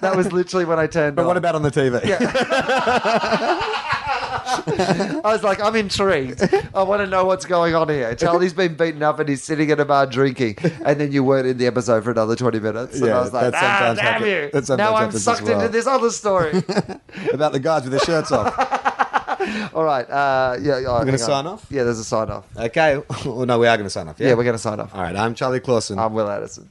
C: that was literally when I turned.
B: But
C: on.
B: what about on the TV?
C: I was like, I'm intrigued. I want to know what's going on here. Charlie's been beaten up and he's sitting at a bar drinking, and then you weren't in the episode for another 20 minutes. And
B: Yeah,
C: I was like,
B: that
C: ah,
B: sometimes
C: damn
B: happen-
C: you.
B: that sometimes
C: Now I'm
B: happens as
C: sucked into
B: well."
C: this other
B: [laughs]
C: story.
B: [laughs] about the guys with their shirts off.
C: All right. Uh, yeah. We're
B: gonna sign off?
C: Yeah, there's a sign off.
B: [laughs] Okay. [laughs] Well, no, we are going to sign off. Yeah.
C: Yeah, we're going to sign off.
B: All right. I'm Charlie Clausen.
C: I'm Will Addison.